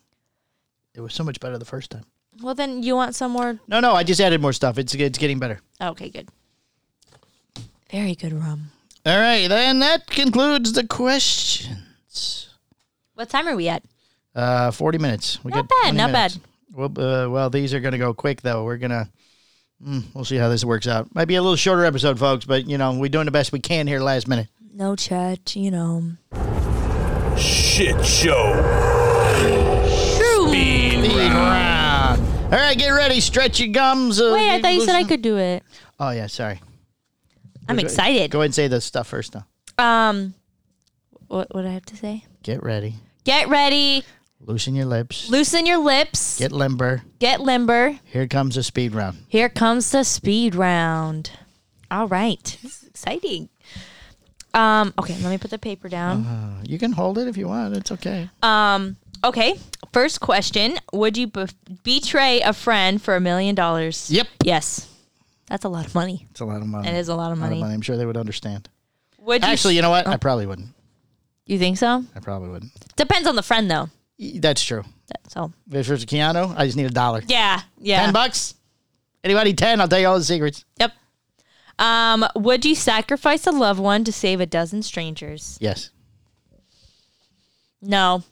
Speaker 3: It was so much better the first time.
Speaker 2: Well, then you want some more?
Speaker 3: No, no, I just added more stuff. It's it's getting better.
Speaker 2: Okay, good. Very good rum.
Speaker 3: All right, then that concludes the questions.
Speaker 2: What time are we at?
Speaker 3: Uh, forty minutes. We
Speaker 2: Not
Speaker 3: got
Speaker 2: bad,
Speaker 3: 20
Speaker 2: not
Speaker 3: minutes.
Speaker 2: bad.
Speaker 3: Well, uh, well, these are going to go quick though. We're gonna. mm, we'll see how this works out. Might be a little shorter episode, folks, but you know we're doing the best we can here last minute.
Speaker 2: No chat, you know.
Speaker 4: Shit show.
Speaker 2: True.
Speaker 3: Speed round. All right, get ready. Stretch your gums. Uh,
Speaker 2: Wait, I thought you said I could do it.
Speaker 3: Oh yeah, sorry.
Speaker 2: I'm
Speaker 3: Go-
Speaker 2: excited.
Speaker 3: Go ahead and say the stuff first, though.
Speaker 2: Um, What would I have to say?
Speaker 3: Get ready.
Speaker 2: Get ready.
Speaker 3: Loosen your lips.
Speaker 2: Loosen your lips.
Speaker 3: Get limber.
Speaker 2: Get limber.
Speaker 3: Here comes a speed round.
Speaker 2: Here comes the speed round. All right. This is exciting. Um, okay, let me put the paper down.
Speaker 3: You can hold it if you want. It's okay.
Speaker 2: Um, Okay. First question Would you bef betray a friend for a million dollars?
Speaker 3: Yep.
Speaker 2: Yes. That's a lot of money.
Speaker 3: It's a lot of money.
Speaker 2: It is a lot of
Speaker 3: A lot
Speaker 2: money.
Speaker 3: of money. I'm sure they would understand.
Speaker 2: Would you, Oh.
Speaker 3: Actually, you know what? I probably wouldn't.
Speaker 2: you think so?
Speaker 3: I probably wouldn't.
Speaker 2: Depends on the friend, though.
Speaker 3: Y- That's true.
Speaker 2: That- So,
Speaker 3: If it's Keanu, I just need a dollar.
Speaker 2: yeah. Yeah.
Speaker 3: Ten bucks? Anybody ten? I'll tell you all the secrets.
Speaker 2: Yep. Um, would you sacrifice a loved one to save a dozen strangers?
Speaker 3: Yes.
Speaker 2: No,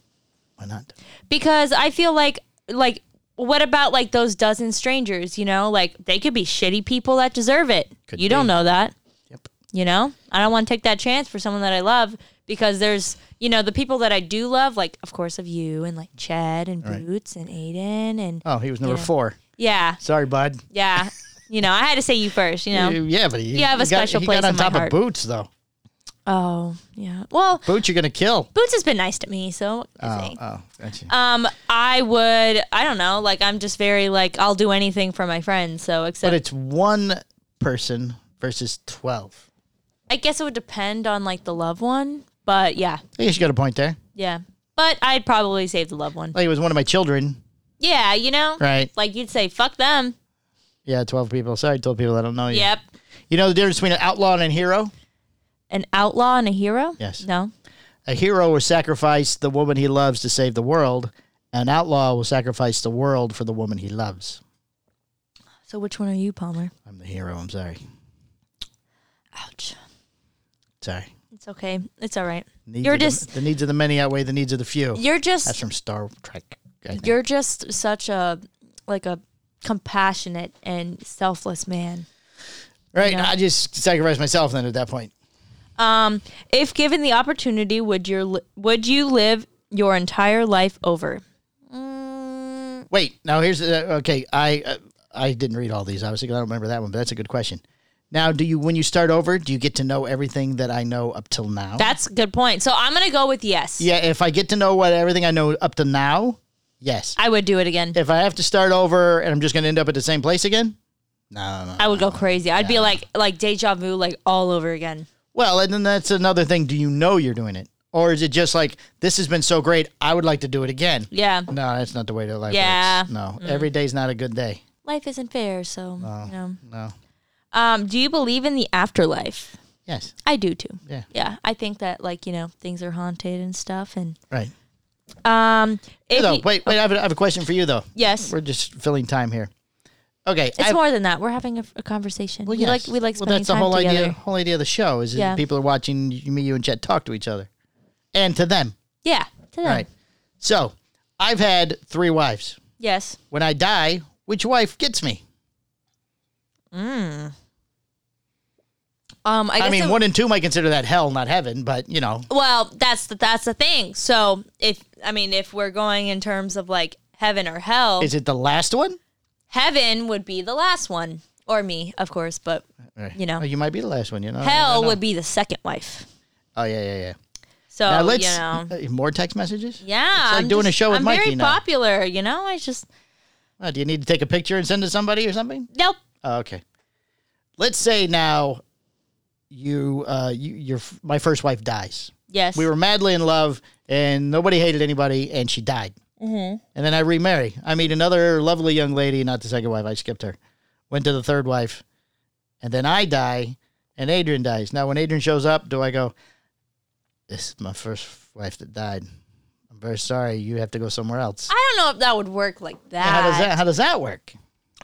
Speaker 3: Why not?
Speaker 2: because I feel like like what about like those dozen strangers, you know? Like they could be shitty people that deserve it.
Speaker 3: Could
Speaker 2: you don't
Speaker 3: be.
Speaker 2: know that,
Speaker 3: Yep.
Speaker 2: you know? I don't want to take that chance for someone that I love because there's, you know, the people that I do love, like of course of you and like Chad and
Speaker 3: Right.
Speaker 2: Boots and Aiden and
Speaker 3: Oh, he was number
Speaker 2: Yeah.
Speaker 3: four.
Speaker 2: yeah,
Speaker 3: Sorry, bud. <laughs>
Speaker 2: yeah. you know, I had to say you first, you know.
Speaker 3: You- Yeah, but he,
Speaker 2: You have a
Speaker 3: he got-
Speaker 2: special
Speaker 3: he
Speaker 2: place
Speaker 3: got on
Speaker 2: in my
Speaker 3: top
Speaker 2: heart.
Speaker 3: of Boots, though.
Speaker 2: Oh, yeah. Well,
Speaker 3: Boots, you're gonna kill.
Speaker 2: Boots has been nice to me, so what can I
Speaker 3: Oh,
Speaker 2: say?
Speaker 3: oh, gotcha.
Speaker 2: Um, I would. I don't know. Like, I'm just very like I'll do anything for my friends. So,
Speaker 3: but
Speaker 2: except
Speaker 3: it's one person versus twelve.
Speaker 2: I guess it would depend on like the loved one. But yeah,
Speaker 3: I guess you got a point there.
Speaker 2: yeah. But I'd probably save the loved one.
Speaker 3: Like it was one of my children,
Speaker 2: yeah, you know,
Speaker 3: right?
Speaker 2: like you'd say fuck them.
Speaker 3: Yeah, twelve people. Sorry, twelve people. I don't know you.
Speaker 2: Yep.
Speaker 3: You know the difference between an outlaw and a hero?
Speaker 2: An outlaw and a hero.
Speaker 3: Yes.
Speaker 2: No.
Speaker 3: A hero will sacrifice the woman he loves to save the world. An outlaw will sacrifice the world for the woman he loves.
Speaker 2: So which one are you, Palmer?
Speaker 3: I'm the hero. I'm sorry.
Speaker 2: Ouch.
Speaker 3: Sorry.
Speaker 2: It's okay. It's all right.
Speaker 3: Needs
Speaker 2: You're
Speaker 3: of the-
Speaker 2: just-
Speaker 3: the needs of the many outweigh the needs of the few.
Speaker 2: You're just
Speaker 3: That's from Star Trek. I think.
Speaker 2: you're just such a like a compassionate and selfless man.
Speaker 3: Right.
Speaker 2: Yeah.
Speaker 3: I just sacrificed myself then at that point.
Speaker 2: Um, if given the opportunity, would your li- would you live your entire life over? Mm,
Speaker 3: Wait. Now here's uh, okay. I uh, I didn't read all these. Obviously, 'cause I don't remember that one, but that's a good question. Now, do you when you start over, do you get to know everything that I know up till now?
Speaker 2: that's a good point. So I'm gonna go with yes.
Speaker 3: yeah. If I get to know what everything I know up to now, yes.
Speaker 2: I would do it again.
Speaker 3: if I have to start over and I'm just going to end up at the same place again, no, no, no.
Speaker 2: I would go crazy. I'd be like like deja vu, like all over again.
Speaker 3: Well, and then that's another thing. Do you know you're doing it, or is it just like this has been so great? I would like to do it again.
Speaker 2: Yeah,
Speaker 3: No, that's not the way to life.
Speaker 2: Yeah.
Speaker 3: Works. No, every day's not a good day.
Speaker 2: life isn't fair. So you know.
Speaker 3: No.
Speaker 2: Um, do you believe in the afterlife?
Speaker 3: Yes.
Speaker 2: I do too.
Speaker 3: Yeah.
Speaker 2: Yeah, I think that like you know things are haunted and stuff. And
Speaker 3: Right.
Speaker 2: um, if
Speaker 3: So
Speaker 2: you-
Speaker 3: wait, wait. I have, a, I have a question for you though.
Speaker 2: yes,
Speaker 3: We're just filling time here. Okay.
Speaker 2: it's
Speaker 3: I-
Speaker 2: more than that. We're having a, a conversation.
Speaker 3: well,
Speaker 2: we
Speaker 3: yes.
Speaker 2: like we like
Speaker 3: Well,
Speaker 2: spending
Speaker 3: that's the
Speaker 2: time
Speaker 3: whole
Speaker 2: together.
Speaker 3: idea. Whole idea of the show is
Speaker 2: Yeah.
Speaker 3: that people are watching you- me, you, and Chet talk to each other, and to them.
Speaker 2: Yeah, to them.
Speaker 3: Right. So, I've had three wives.
Speaker 2: Yes.
Speaker 3: When I die, which wife gets me?
Speaker 2: Um, I, guess
Speaker 3: I mean,
Speaker 2: it-
Speaker 3: one and two might consider that hell, not heaven, but you know,
Speaker 2: well, that's the that's the thing. So if I mean, if we're going in terms of like heaven or hell,
Speaker 3: is it the last one?
Speaker 2: heaven would be the last one, or me, of course, but You know.
Speaker 3: Oh, you might be the last one. You know,
Speaker 2: hell would be the second wife.
Speaker 3: Oh yeah, yeah, yeah.
Speaker 2: So
Speaker 3: now let's
Speaker 2: Oh, you know,
Speaker 3: uh, <laughs> more text messages.
Speaker 2: yeah,
Speaker 3: like
Speaker 2: I'm
Speaker 3: doing a
Speaker 2: just-
Speaker 3: show with
Speaker 2: I'm
Speaker 3: Mikey
Speaker 2: very
Speaker 3: now.
Speaker 2: popular. You know, I just
Speaker 3: Oh, do you need to take a picture and send to somebody or something?
Speaker 2: nope.
Speaker 3: Oh, okay. Let's say now, you, uh, you, your, f- my first wife dies.
Speaker 2: Yes,
Speaker 3: We were madly in love, and nobody hated anybody, and she died. Mm-hmm. And then I remarry. I meet another lovely young lady, not the second wife. I skipped her. Went to the third wife, and then I die, and Adrian dies. Now, when Adrian shows up, do I go? This is my first wife that died. I'm very sorry. You have to go somewhere else.
Speaker 2: I don't know if that would work like that.
Speaker 3: how does that? How does that work?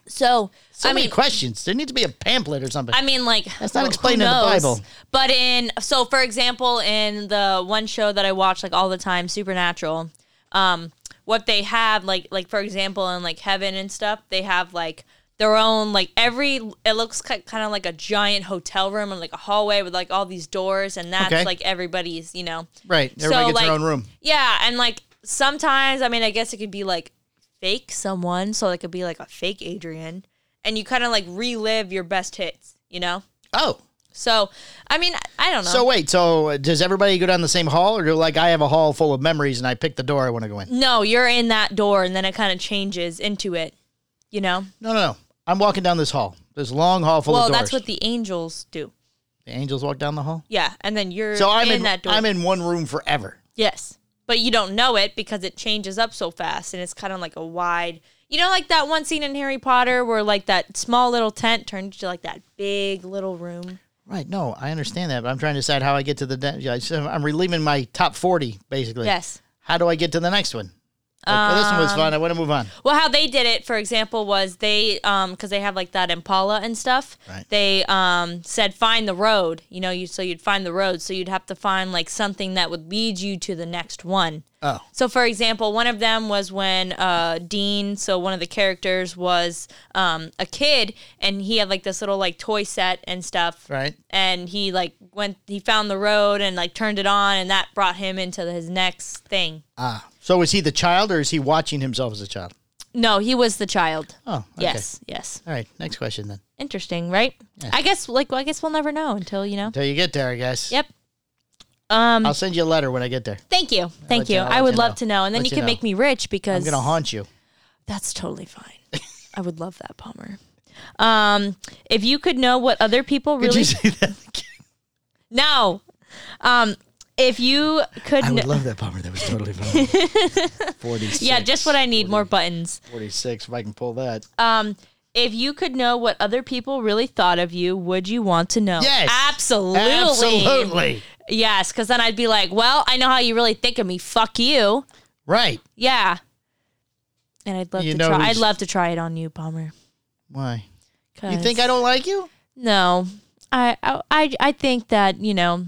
Speaker 2: So,
Speaker 3: So
Speaker 2: Ah. I
Speaker 3: many
Speaker 2: mean,
Speaker 3: questions. There needs to be a pamphlet or something.
Speaker 2: I mean, like
Speaker 3: That's not
Speaker 2: who
Speaker 3: explained in the
Speaker 2: knows?
Speaker 3: Bible.
Speaker 2: But in so, for example, in the one show that I watch like all the time, Supernatural, um, what they have like like for example in like heaven and stuff, they have like their own like every it looks ki- kind of like a giant hotel room and like a hallway with like all these doors and that's
Speaker 3: Okay.
Speaker 2: like everybody's you know
Speaker 3: right. Everybody gets
Speaker 2: like,
Speaker 3: their own room.
Speaker 2: yeah, and like sometimes, I mean, I guess it could be like fake someone, so it could be like a fake Adrian, and you kind of like relive your best hits, you know?
Speaker 3: Oh,
Speaker 2: So, I mean, I I don't know.
Speaker 3: So wait, so uh, does everybody go down the same hall, or do like I have a hall full of memories and I pick the door I want to go in?
Speaker 2: no, you're in that door, and then it kind of changes into it. You know.
Speaker 3: No, no, no. I'm walking down this hall, this long hall full
Speaker 2: well,
Speaker 3: of doors.
Speaker 2: that's what the angels do.
Speaker 3: the angels walk down the hall.
Speaker 2: Yeah, and then you're
Speaker 3: So I'm
Speaker 2: in,
Speaker 3: in,
Speaker 2: that door.
Speaker 3: I'm in one room forever.
Speaker 2: Yes. But you don't know it because it changes up so fast and it's kind of like a wide. You know, like that one scene in Harry Potter where like that small little tent turned into like that big little room.
Speaker 3: Right. No, I understand that, but I'm trying to decide how I get to the. De- yeah, so I'm reliving my top 40 basically.
Speaker 2: Yes. Um,
Speaker 3: How do I get to the next one? Like, well, this one was fun. I want to move on.
Speaker 2: Well, how they did it, for example, was they um because they have like that Impala and stuff.
Speaker 3: Right.
Speaker 2: They um said find the road. You know, you so you'd find the road, so you'd have to find like something that would lead you to the next one.
Speaker 3: Oh.
Speaker 2: So, for example, one of them was when uh, Dean, so one of the characters was um, a kid, and he had like this little like toy set and stuff,
Speaker 3: Right.
Speaker 2: And he like went, he found the road and like turned it on, and that brought him into his next thing.
Speaker 3: Ah. So is he the child or is he watching himself as a child?
Speaker 2: No, he was the child.
Speaker 3: Oh, okay.
Speaker 2: Yes, yes.
Speaker 3: All right. Next question then.
Speaker 2: Interesting, right? I guess like well, I guess we'll never know until you know.
Speaker 3: Until you get there, I guess.
Speaker 2: Yep. Um.
Speaker 3: I'll send you a letter when I get there.
Speaker 2: thank you, thank
Speaker 3: let
Speaker 2: you.
Speaker 3: you know,
Speaker 2: I
Speaker 3: let
Speaker 2: would
Speaker 3: you
Speaker 2: love
Speaker 3: know,
Speaker 2: to know, and then
Speaker 3: let
Speaker 2: you
Speaker 3: you
Speaker 2: can
Speaker 3: know.
Speaker 2: make me rich because
Speaker 3: I'm going to haunt you.
Speaker 2: That's totally fine. I would love that, Palmer. Um, if you could know what other people
Speaker 3: Did
Speaker 2: really
Speaker 3: you see
Speaker 2: <laughs>
Speaker 3: that?
Speaker 2: no, um, if you could,
Speaker 3: I would
Speaker 2: kn-
Speaker 3: love that bummer. That was totally <laughs> fun. 46.
Speaker 2: yeah, just what I need more buttons.
Speaker 3: 46, if I can pull that.
Speaker 2: Um, if you could know what other people really thought of you, would you want to know?
Speaker 3: Yes.
Speaker 2: absolutely,
Speaker 3: Absolutely.
Speaker 2: yes. Because then I'd be like, well, I know how you really think of me. Fuck you,
Speaker 3: Right.
Speaker 2: yeah. And I'd love
Speaker 3: You
Speaker 2: to
Speaker 3: know
Speaker 2: try.
Speaker 3: who's-
Speaker 2: I'd love to try it on you, Palmer.
Speaker 3: Why? You think I don't like you?
Speaker 2: No, I, I- I, I think that you know.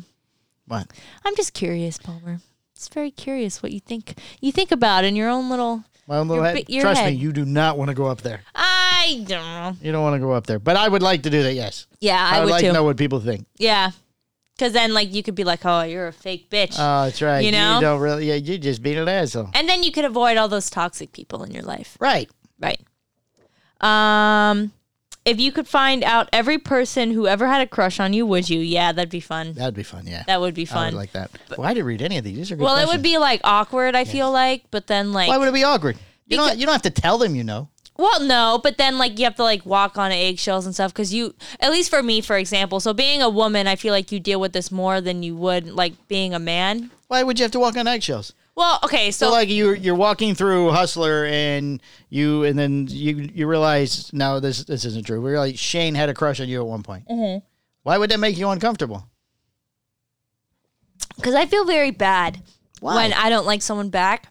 Speaker 3: What?
Speaker 2: I'm just curious, Palmer. It's very curious what you think. You think about in your own little.
Speaker 3: My own little
Speaker 2: Your
Speaker 3: head.
Speaker 2: bi- your
Speaker 3: Trust
Speaker 2: head.
Speaker 3: me, you do not want to go up there.
Speaker 2: I don't know.
Speaker 3: You don't want to go up there. But I would like to do that, yes.
Speaker 2: Yeah, I,
Speaker 3: would
Speaker 2: would
Speaker 3: like
Speaker 2: too.
Speaker 3: to know what people think.
Speaker 2: Yeah, because then like you could be like, oh, you're a fake bitch,
Speaker 3: Oh, that's right.
Speaker 2: You know?
Speaker 3: don't really, yeah, you just being an asshole.
Speaker 2: and then you could avoid all those toxic people in your life,
Speaker 3: Right.
Speaker 2: right? Um, if you could find out every person who ever had a crush on you, would you? Yeah, that'd be fun.
Speaker 3: That'd be fun, yeah.
Speaker 2: That would be
Speaker 3: I
Speaker 2: fun.
Speaker 3: would like that. well, I didn't read any of these. These are good
Speaker 2: well, it
Speaker 3: questions.
Speaker 2: would be like awkward. I feel like, but then like,
Speaker 3: Why would it be awkward? You,
Speaker 2: Because-
Speaker 3: don't, you don't have to tell them, you know.
Speaker 2: Well, no, but then like you have to like walk on eggshells and stuff because you, at least for me, for example. So being a woman, I feel like you deal with this more than you would like being a man.
Speaker 3: Why would you have to walk on eggshells?
Speaker 2: Well, okay, so,
Speaker 3: So like you're you're walking through Hustler and you and then you you realize no this this isn't true. We realize Shane had a crush on you at one point. Mm-hmm. Why would that make you uncomfortable?
Speaker 2: because I feel very bad
Speaker 3: Why?
Speaker 2: when I don't like
Speaker 3: <laughs>
Speaker 2: someone back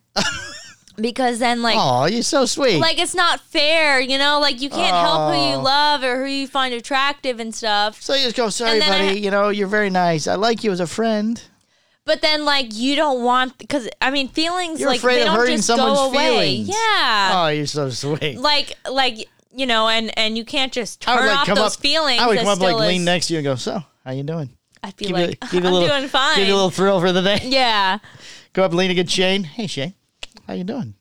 Speaker 2: because then like.
Speaker 3: Oh, you're so sweet.
Speaker 2: Like it's not fair, you know. Like you can't help who you love or who you find attractive and stuff.
Speaker 3: Oh. so you just go, sorry,
Speaker 2: And then
Speaker 3: buddy.
Speaker 2: I-
Speaker 3: you know, you're very nice. I like you as a friend.
Speaker 2: But then, like you don't want because I mean, feelings
Speaker 3: You're
Speaker 2: like
Speaker 3: afraid
Speaker 2: they
Speaker 3: of
Speaker 2: don't
Speaker 3: hurting
Speaker 2: just
Speaker 3: someone's
Speaker 2: go away.
Speaker 3: feelings.
Speaker 2: Yeah.
Speaker 3: Oh, you're so sweet.
Speaker 2: Uh, like like you know and and you can't just turn off those feelings
Speaker 3: I would
Speaker 2: that
Speaker 3: come up
Speaker 2: still
Speaker 3: like lean
Speaker 2: is-
Speaker 3: next to you and go, so how you doing?
Speaker 2: i'd be
Speaker 3: Give
Speaker 2: like
Speaker 3: you, give you
Speaker 2: <laughs> i'm
Speaker 3: a little,
Speaker 2: doing fine
Speaker 3: Give you a little thrill for the day.
Speaker 2: yeah
Speaker 3: Go up, lean against Shane. Hey, Shane, how you doing?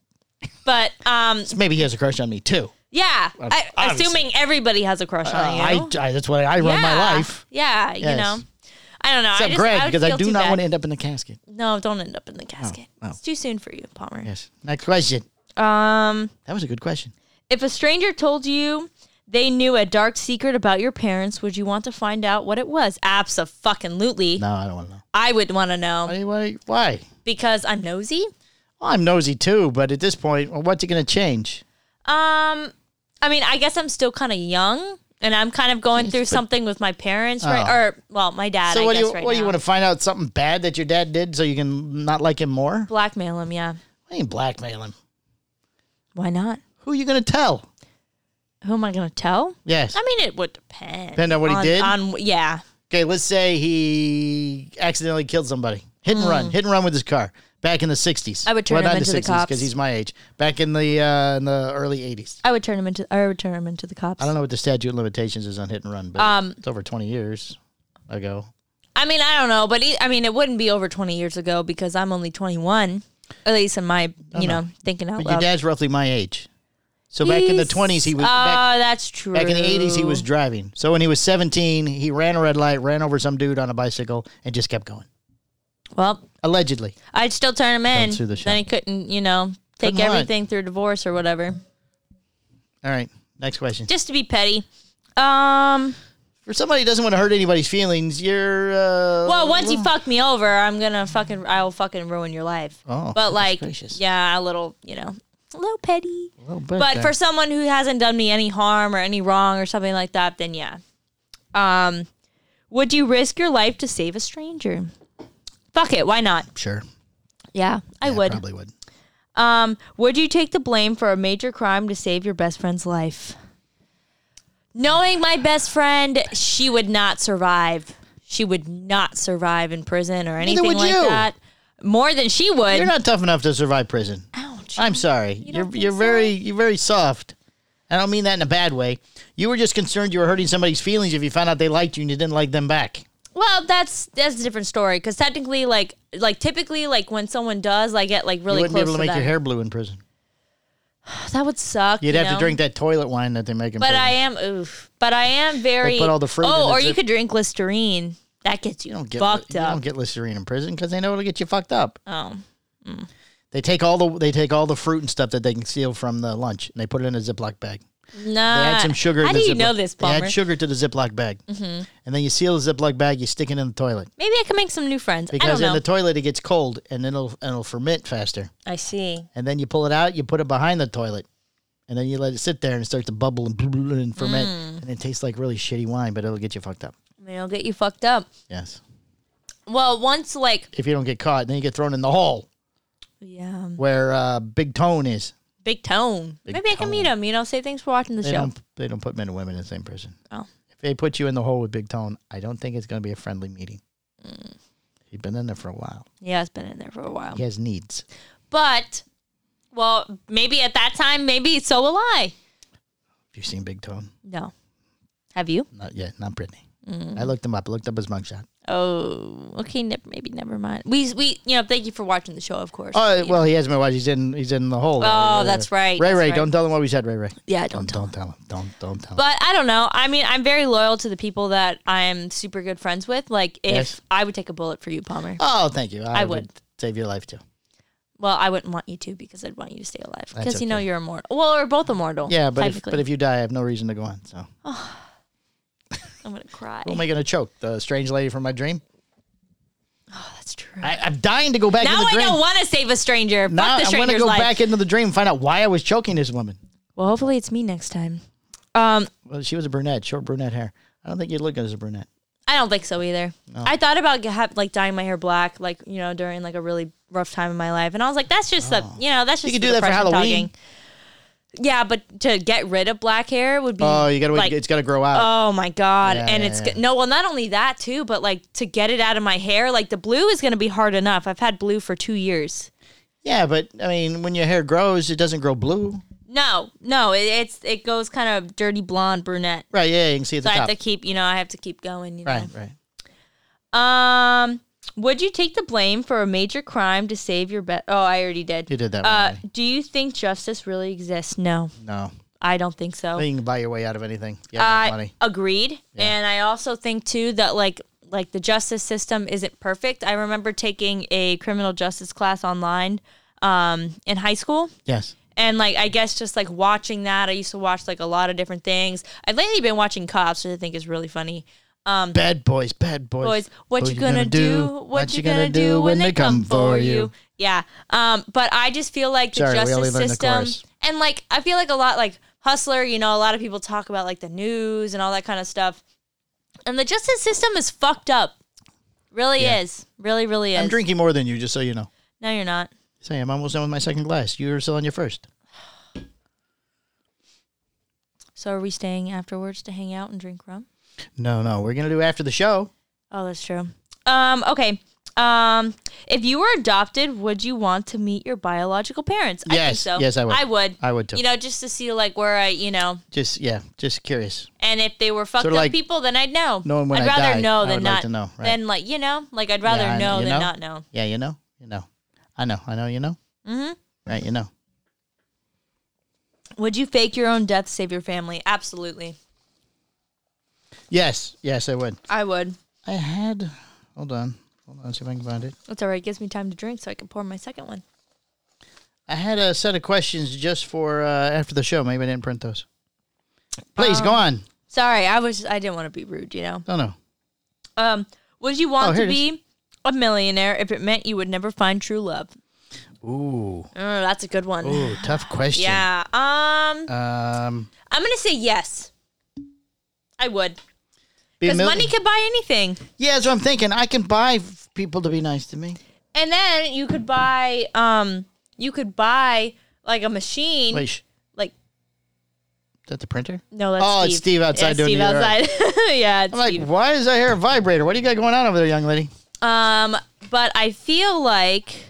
Speaker 2: but um
Speaker 3: Maybe he has a crush on me too.
Speaker 2: yeah I,
Speaker 3: obviously.
Speaker 2: assuming everybody has a crush
Speaker 3: Uh,
Speaker 2: on you
Speaker 3: I, I that's what I run
Speaker 2: yeah.
Speaker 3: my life.
Speaker 2: yeah you
Speaker 3: Yes.
Speaker 2: know i don't know I
Speaker 3: Except
Speaker 2: just,
Speaker 3: Greg,
Speaker 2: I
Speaker 3: because I do not want to end up in the casket.
Speaker 2: no don't end up in the casket
Speaker 3: oh.
Speaker 2: it's too soon for you palmer
Speaker 3: Yes. Next question.
Speaker 2: um
Speaker 3: That was a good question.
Speaker 2: if a stranger told you they knew a dark secret about your parents would you want to find out what it was absolutely
Speaker 3: No, I don't want to know.
Speaker 2: i would want to know
Speaker 3: Why? Why? why?
Speaker 2: because i'm nosy
Speaker 3: Well, I'm nosy too, but at this point, well, what's it going to change?
Speaker 2: Um, I mean, I guess I'm still kind of young, and I'm kind of going through something with my parents, right?
Speaker 3: Oh.
Speaker 2: Or well, my dad.
Speaker 3: So
Speaker 2: I
Speaker 3: what do
Speaker 2: guess
Speaker 3: you
Speaker 2: right
Speaker 3: what do you
Speaker 2: now.
Speaker 3: want to find out something bad that your dad did so you can not like him more?
Speaker 2: blackmail him? Yeah,
Speaker 3: I ain't blackmail him.
Speaker 2: why not?
Speaker 3: Who are you going to tell?
Speaker 2: Who am I going to tell?
Speaker 3: Yes.
Speaker 2: I mean, it would depend.
Speaker 3: Depend on what he did?
Speaker 2: On yeah,
Speaker 3: Okay, let's say he accidentally killed somebody. Hit and run, hit and run with his car back in the 60s.
Speaker 2: Hmm. I would turn
Speaker 3: well,
Speaker 2: him
Speaker 3: not
Speaker 2: into the
Speaker 3: the 60s
Speaker 2: cops.
Speaker 3: because he's my age. Back in the uh, in the early 80s.
Speaker 2: I would turn him into. I would turn him into the cops.
Speaker 3: I don't know what the statute of limitations is on hit and run, but
Speaker 2: Um,
Speaker 3: it's over 20 years ago.
Speaker 2: oh, I mean, I don't know, but he, I mean, it wouldn't be over 20 years ago because I'm only 21, at least in my you know thinking out
Speaker 3: But your
Speaker 2: loud.
Speaker 3: dad's roughly my age. So back in the
Speaker 2: He's- uh,
Speaker 3: 20s, he was
Speaker 2: Oh,
Speaker 3: back,
Speaker 2: that's true.
Speaker 3: back in the 80s, he was driving. So when he was 17, he ran a red light, ran over some dude on a bicycle, and just kept going.
Speaker 2: Well,
Speaker 3: Allegedly,
Speaker 2: I'd still turn him in.
Speaker 3: sue the
Speaker 2: then he couldn't, you know, take
Speaker 3: Couldn't what?
Speaker 2: everything through divorce or whatever.
Speaker 3: all right. Next question.
Speaker 2: Just to be petty. Um.
Speaker 3: For somebody who doesn't want to hurt anybody's feelings, you're. Uh,
Speaker 2: Well, once you fuck me over, I'm gonna fucking I'll fucking ruin your life.
Speaker 3: Oh,
Speaker 2: but
Speaker 3: goodness
Speaker 2: like,
Speaker 3: gracious.
Speaker 2: yeah, a little, you know, a little petty.
Speaker 3: Well, but
Speaker 2: But
Speaker 3: uh,
Speaker 2: for someone who hasn't done me any harm or any wrong or something like that, then yeah. Um, would you risk your life to save a stranger? Fuck it, why not?
Speaker 3: sure,
Speaker 2: Yeah, I
Speaker 3: Yeah,
Speaker 2: would.
Speaker 3: probably would.
Speaker 2: Um, would you take the blame for a major crime to save your best friend's life? Knowing my best friend, she would not survive. She would not survive in prison or anything
Speaker 3: would
Speaker 2: like
Speaker 3: you.
Speaker 2: that. More than she would.
Speaker 3: You're not tough enough to survive prison.
Speaker 2: Ouch.
Speaker 3: I'm sorry.
Speaker 2: You
Speaker 3: You
Speaker 2: don't
Speaker 3: are
Speaker 2: think
Speaker 3: you're
Speaker 2: so?
Speaker 3: very you're very soft. I don't mean that in a bad way. You were just concerned you were hurting somebody's feelings if you found out they liked you and you didn't like them back.
Speaker 2: well, that's that's a different story because technically, like, like typically, like when someone does, like get like
Speaker 3: You
Speaker 2: really
Speaker 3: wouldn't
Speaker 2: close
Speaker 3: be able to, make
Speaker 2: that.
Speaker 3: your hair blue in prison.
Speaker 2: That would suck.
Speaker 3: You'd
Speaker 2: you
Speaker 3: have
Speaker 2: know?
Speaker 3: to drink that toilet wine that they make in
Speaker 2: But
Speaker 3: prison.
Speaker 2: I am oof. But I am very.
Speaker 3: put all the fruit in
Speaker 2: Oh,
Speaker 3: the
Speaker 2: or you
Speaker 3: zip-
Speaker 2: could drink Listerine. That gets you,
Speaker 3: you don't get
Speaker 2: fucked
Speaker 3: you
Speaker 2: up.
Speaker 3: don't get Listerine in prison because they know it'll get you fucked up.
Speaker 2: oh.
Speaker 3: They take all the they take all the fruit and stuff that they can steal from the lunch and they put it in a Ziploc bag.
Speaker 2: No.
Speaker 3: They add some sugar.
Speaker 2: Uh, How
Speaker 3: in the
Speaker 2: do you
Speaker 3: Ziploc-
Speaker 2: know this,
Speaker 3: They
Speaker 2: Palmer? Mm-hmm.
Speaker 3: add sugar to the Ziploc bag, and then you seal the Ziploc bag. You stick it in the toilet
Speaker 2: Maybe I can make some new friends. I
Speaker 3: because
Speaker 2: don't know.
Speaker 3: in the toilet it gets cold and then it'll it'll ferment faster.
Speaker 2: I see.
Speaker 3: and then you pull it out, you put it behind the toilet, and then you let it sit there and start to bubble and, and ferment,
Speaker 2: Mm.
Speaker 3: and it tastes like really shitty wine, but it'll get you fucked up.
Speaker 2: I mean, it'll get you fucked up.
Speaker 3: Yes,
Speaker 2: Well, once like
Speaker 3: if you don't get caught, then you get thrown in the hole
Speaker 2: yeah,
Speaker 3: where uh, Big Tone is.
Speaker 2: Big Tone. Maybe I can meet him. You know, say thanks for watching the
Speaker 3: They
Speaker 2: show.
Speaker 3: don't they don't put men and women in the same prison.
Speaker 2: Oh.
Speaker 3: If they put you in the hole with Big Tone, I don't think it's going to be a friendly meeting.
Speaker 2: Mm.
Speaker 3: He's been in there for a while.
Speaker 2: Yeah, it's been in there for a while.
Speaker 3: He has needs.
Speaker 2: But well, maybe at that time, maybe so will I.
Speaker 3: Have you seen Big Tone?
Speaker 2: No, have you?
Speaker 3: Not yet. Not Brittany.
Speaker 2: Mm.
Speaker 3: I looked him up. I looked up his mugshot.
Speaker 2: Oh, okay. Ne- maybe never mind. We we you know thank you for watching the show, of course.
Speaker 3: Oh
Speaker 2: You know.
Speaker 3: well, he hasn't been watching. He's in. He's in the hole.
Speaker 2: Oh, that's right.
Speaker 3: Ray
Speaker 2: that's
Speaker 3: Ray,
Speaker 2: right.
Speaker 3: don't tell him what we said. Ray Ray.
Speaker 2: Yeah, don't tell.
Speaker 3: Don't tell him. Don't don't tell him.
Speaker 2: But I don't know. I mean, I'm very loyal to the people that I'm super good friends with. Like, if
Speaker 3: Yes.
Speaker 2: I would take a bullet for you, Palmer.
Speaker 3: Oh, thank you. I,
Speaker 2: I
Speaker 3: would.
Speaker 2: would.
Speaker 3: save your life too.
Speaker 2: Well, I wouldn't want you to because I'd want you to stay alive because you know
Speaker 3: okay.
Speaker 2: you're immortal. Well, we're both immortal.
Speaker 3: Yeah, but if,
Speaker 2: technically.
Speaker 3: but if you die, I have no reason to go on. So
Speaker 2: I'm gonna cry.
Speaker 3: who am I going to choke? The strange lady from my dream.
Speaker 2: That's true.
Speaker 3: I, I'm dying to go back. in
Speaker 2: now
Speaker 3: the
Speaker 2: I
Speaker 3: dream.
Speaker 2: don't want to save a stranger.
Speaker 3: Now
Speaker 2: Fuck the
Speaker 3: I want to
Speaker 2: stranger's
Speaker 3: go
Speaker 2: life.
Speaker 3: back into the dream and find out why I was choking this woman.
Speaker 2: well, hopefully it's me next time. Um,
Speaker 3: Well, she was a brunette, short brunette hair. I don't think you'd look good as a brunette.
Speaker 2: I don't think so either. I thought about ha- like dyeing my hair black, like you know, during like a really rough time in my life, and I was like, that's just the you know, that's just
Speaker 3: Oh. You could
Speaker 2: the
Speaker 3: do that for
Speaker 2: depression
Speaker 3: Halloween.
Speaker 2: talking. Yeah, but to get rid of black hair would be
Speaker 3: Oh, you got to wait.
Speaker 2: like,
Speaker 3: it's got to grow out.
Speaker 2: Oh my god!
Speaker 3: Yeah,
Speaker 2: and
Speaker 3: yeah,
Speaker 2: it's
Speaker 3: yeah.
Speaker 2: go- no. Well, not only that too, but like to get it out of my hair, like the blue is going to be hard enough. I've had blue for two years.
Speaker 3: yeah, but I mean, when your hair grows, it doesn't grow blue.
Speaker 2: No, no, it, it's it goes kind of dirty blonde brunette.
Speaker 3: Right? Yeah, you can see at the
Speaker 2: So I
Speaker 3: top.
Speaker 2: have to keep, you know, I have to keep going. You
Speaker 3: right, right.
Speaker 2: know. Um, would you take the blame for a major crime to save your bet? Oh, I already did.
Speaker 3: You did that.
Speaker 2: Uh,
Speaker 3: one, right?
Speaker 2: do you think justice really exists? No,
Speaker 3: No,
Speaker 2: I don't think so.
Speaker 3: you can buy your way out of anything. Yeah,
Speaker 2: I
Speaker 3: money.
Speaker 2: agreed, and I also think too that like like the justice system isn't perfect. I remember taking a criminal justice class online um, in high school,
Speaker 3: Yes.
Speaker 2: and like I guess just like watching that, I used to watch like a lot of different things. I've lately been watching Cops, which I think is really funny.
Speaker 3: Bad boys, bad boys.
Speaker 2: Um, Boys, what, you gonna, do? What you gonna do when they come for you? Yeah. Um. But I just feel like the
Speaker 3: Sorry, we only
Speaker 2: justice
Speaker 3: learned the
Speaker 2: system,
Speaker 3: chorus.
Speaker 2: and like I feel like a lot like Hustler. You know, a lot of people talk about like the news and all that kind of stuff, and the justice system is fucked up. Really
Speaker 3: Yeah.
Speaker 2: is. Really, really is.
Speaker 3: I'm drinking more than you, just so you know.
Speaker 2: No, you're not.
Speaker 3: Say, I'm almost done with my second glass. You were still on your first.
Speaker 2: So are we staying afterwards to hang out and drink rum?
Speaker 3: No, no, we're gonna do after the show.
Speaker 2: Oh, that's true. Um, okay. Um, if you were adopted, would you want to meet your biological parents? I think
Speaker 3: Yes.
Speaker 2: so.
Speaker 3: Yes, I would.
Speaker 2: I would.
Speaker 3: I would too.
Speaker 2: You know, just to see like where I, you know,
Speaker 3: Just yeah, just curious.
Speaker 2: and if they were fucked
Speaker 3: Sort of
Speaker 2: up
Speaker 3: like
Speaker 2: people, then I'd know.
Speaker 3: knowing when
Speaker 2: I'd
Speaker 3: I
Speaker 2: rather
Speaker 3: die,
Speaker 2: know
Speaker 3: I
Speaker 2: than
Speaker 3: would
Speaker 2: not
Speaker 3: like to know, right.
Speaker 2: Than like you know, like I'd rather
Speaker 3: Yeah, I
Speaker 2: know
Speaker 3: you
Speaker 2: than not know.
Speaker 3: Yeah, you know, you know. I know, I know, you know. Mm-hmm. Right, you know.
Speaker 2: Would you fake your own death to save your family? Absolutely.
Speaker 3: Yes, yes, I would.
Speaker 2: I would.
Speaker 3: I had. Hold on, hold on. See if I can find it.
Speaker 2: That's all right. It gives me time to drink so I can pour my second one.
Speaker 3: I had a set of questions just for uh, after the show. Maybe I didn't print those. Please
Speaker 2: Um,
Speaker 3: go on.
Speaker 2: Sorry, I was I didn't want to be rude, you know.
Speaker 3: Don't know.
Speaker 2: Um, would you
Speaker 3: Oh,
Speaker 2: want
Speaker 3: here
Speaker 2: to
Speaker 3: it is.
Speaker 2: be a millionaire if it meant you would never find true love?
Speaker 3: Ooh,
Speaker 2: Oh, that's a good one.
Speaker 3: ooh, tough question.
Speaker 2: Yeah. Um,
Speaker 3: Um,
Speaker 2: I'm gonna say yes. I would,
Speaker 3: be a
Speaker 2: because
Speaker 3: mil-
Speaker 2: money could buy anything,
Speaker 3: Yeah, that's what I'm thinking. I can buy f- people to be nice to me.
Speaker 2: and then you could buy um, you could buy like a machine,
Speaker 3: Wait, sh- is
Speaker 2: like
Speaker 3: that the printer?
Speaker 2: no, that's
Speaker 3: Oh,
Speaker 2: Steve.
Speaker 3: it's Steve outside
Speaker 2: It's
Speaker 3: doing
Speaker 2: Steve
Speaker 3: the other-
Speaker 2: outside. <laughs> yeah, it's
Speaker 3: I'm like,
Speaker 2: Steve.
Speaker 3: why does I hear a vibrator? What do you got going on over there, young lady?
Speaker 2: Um, but I feel like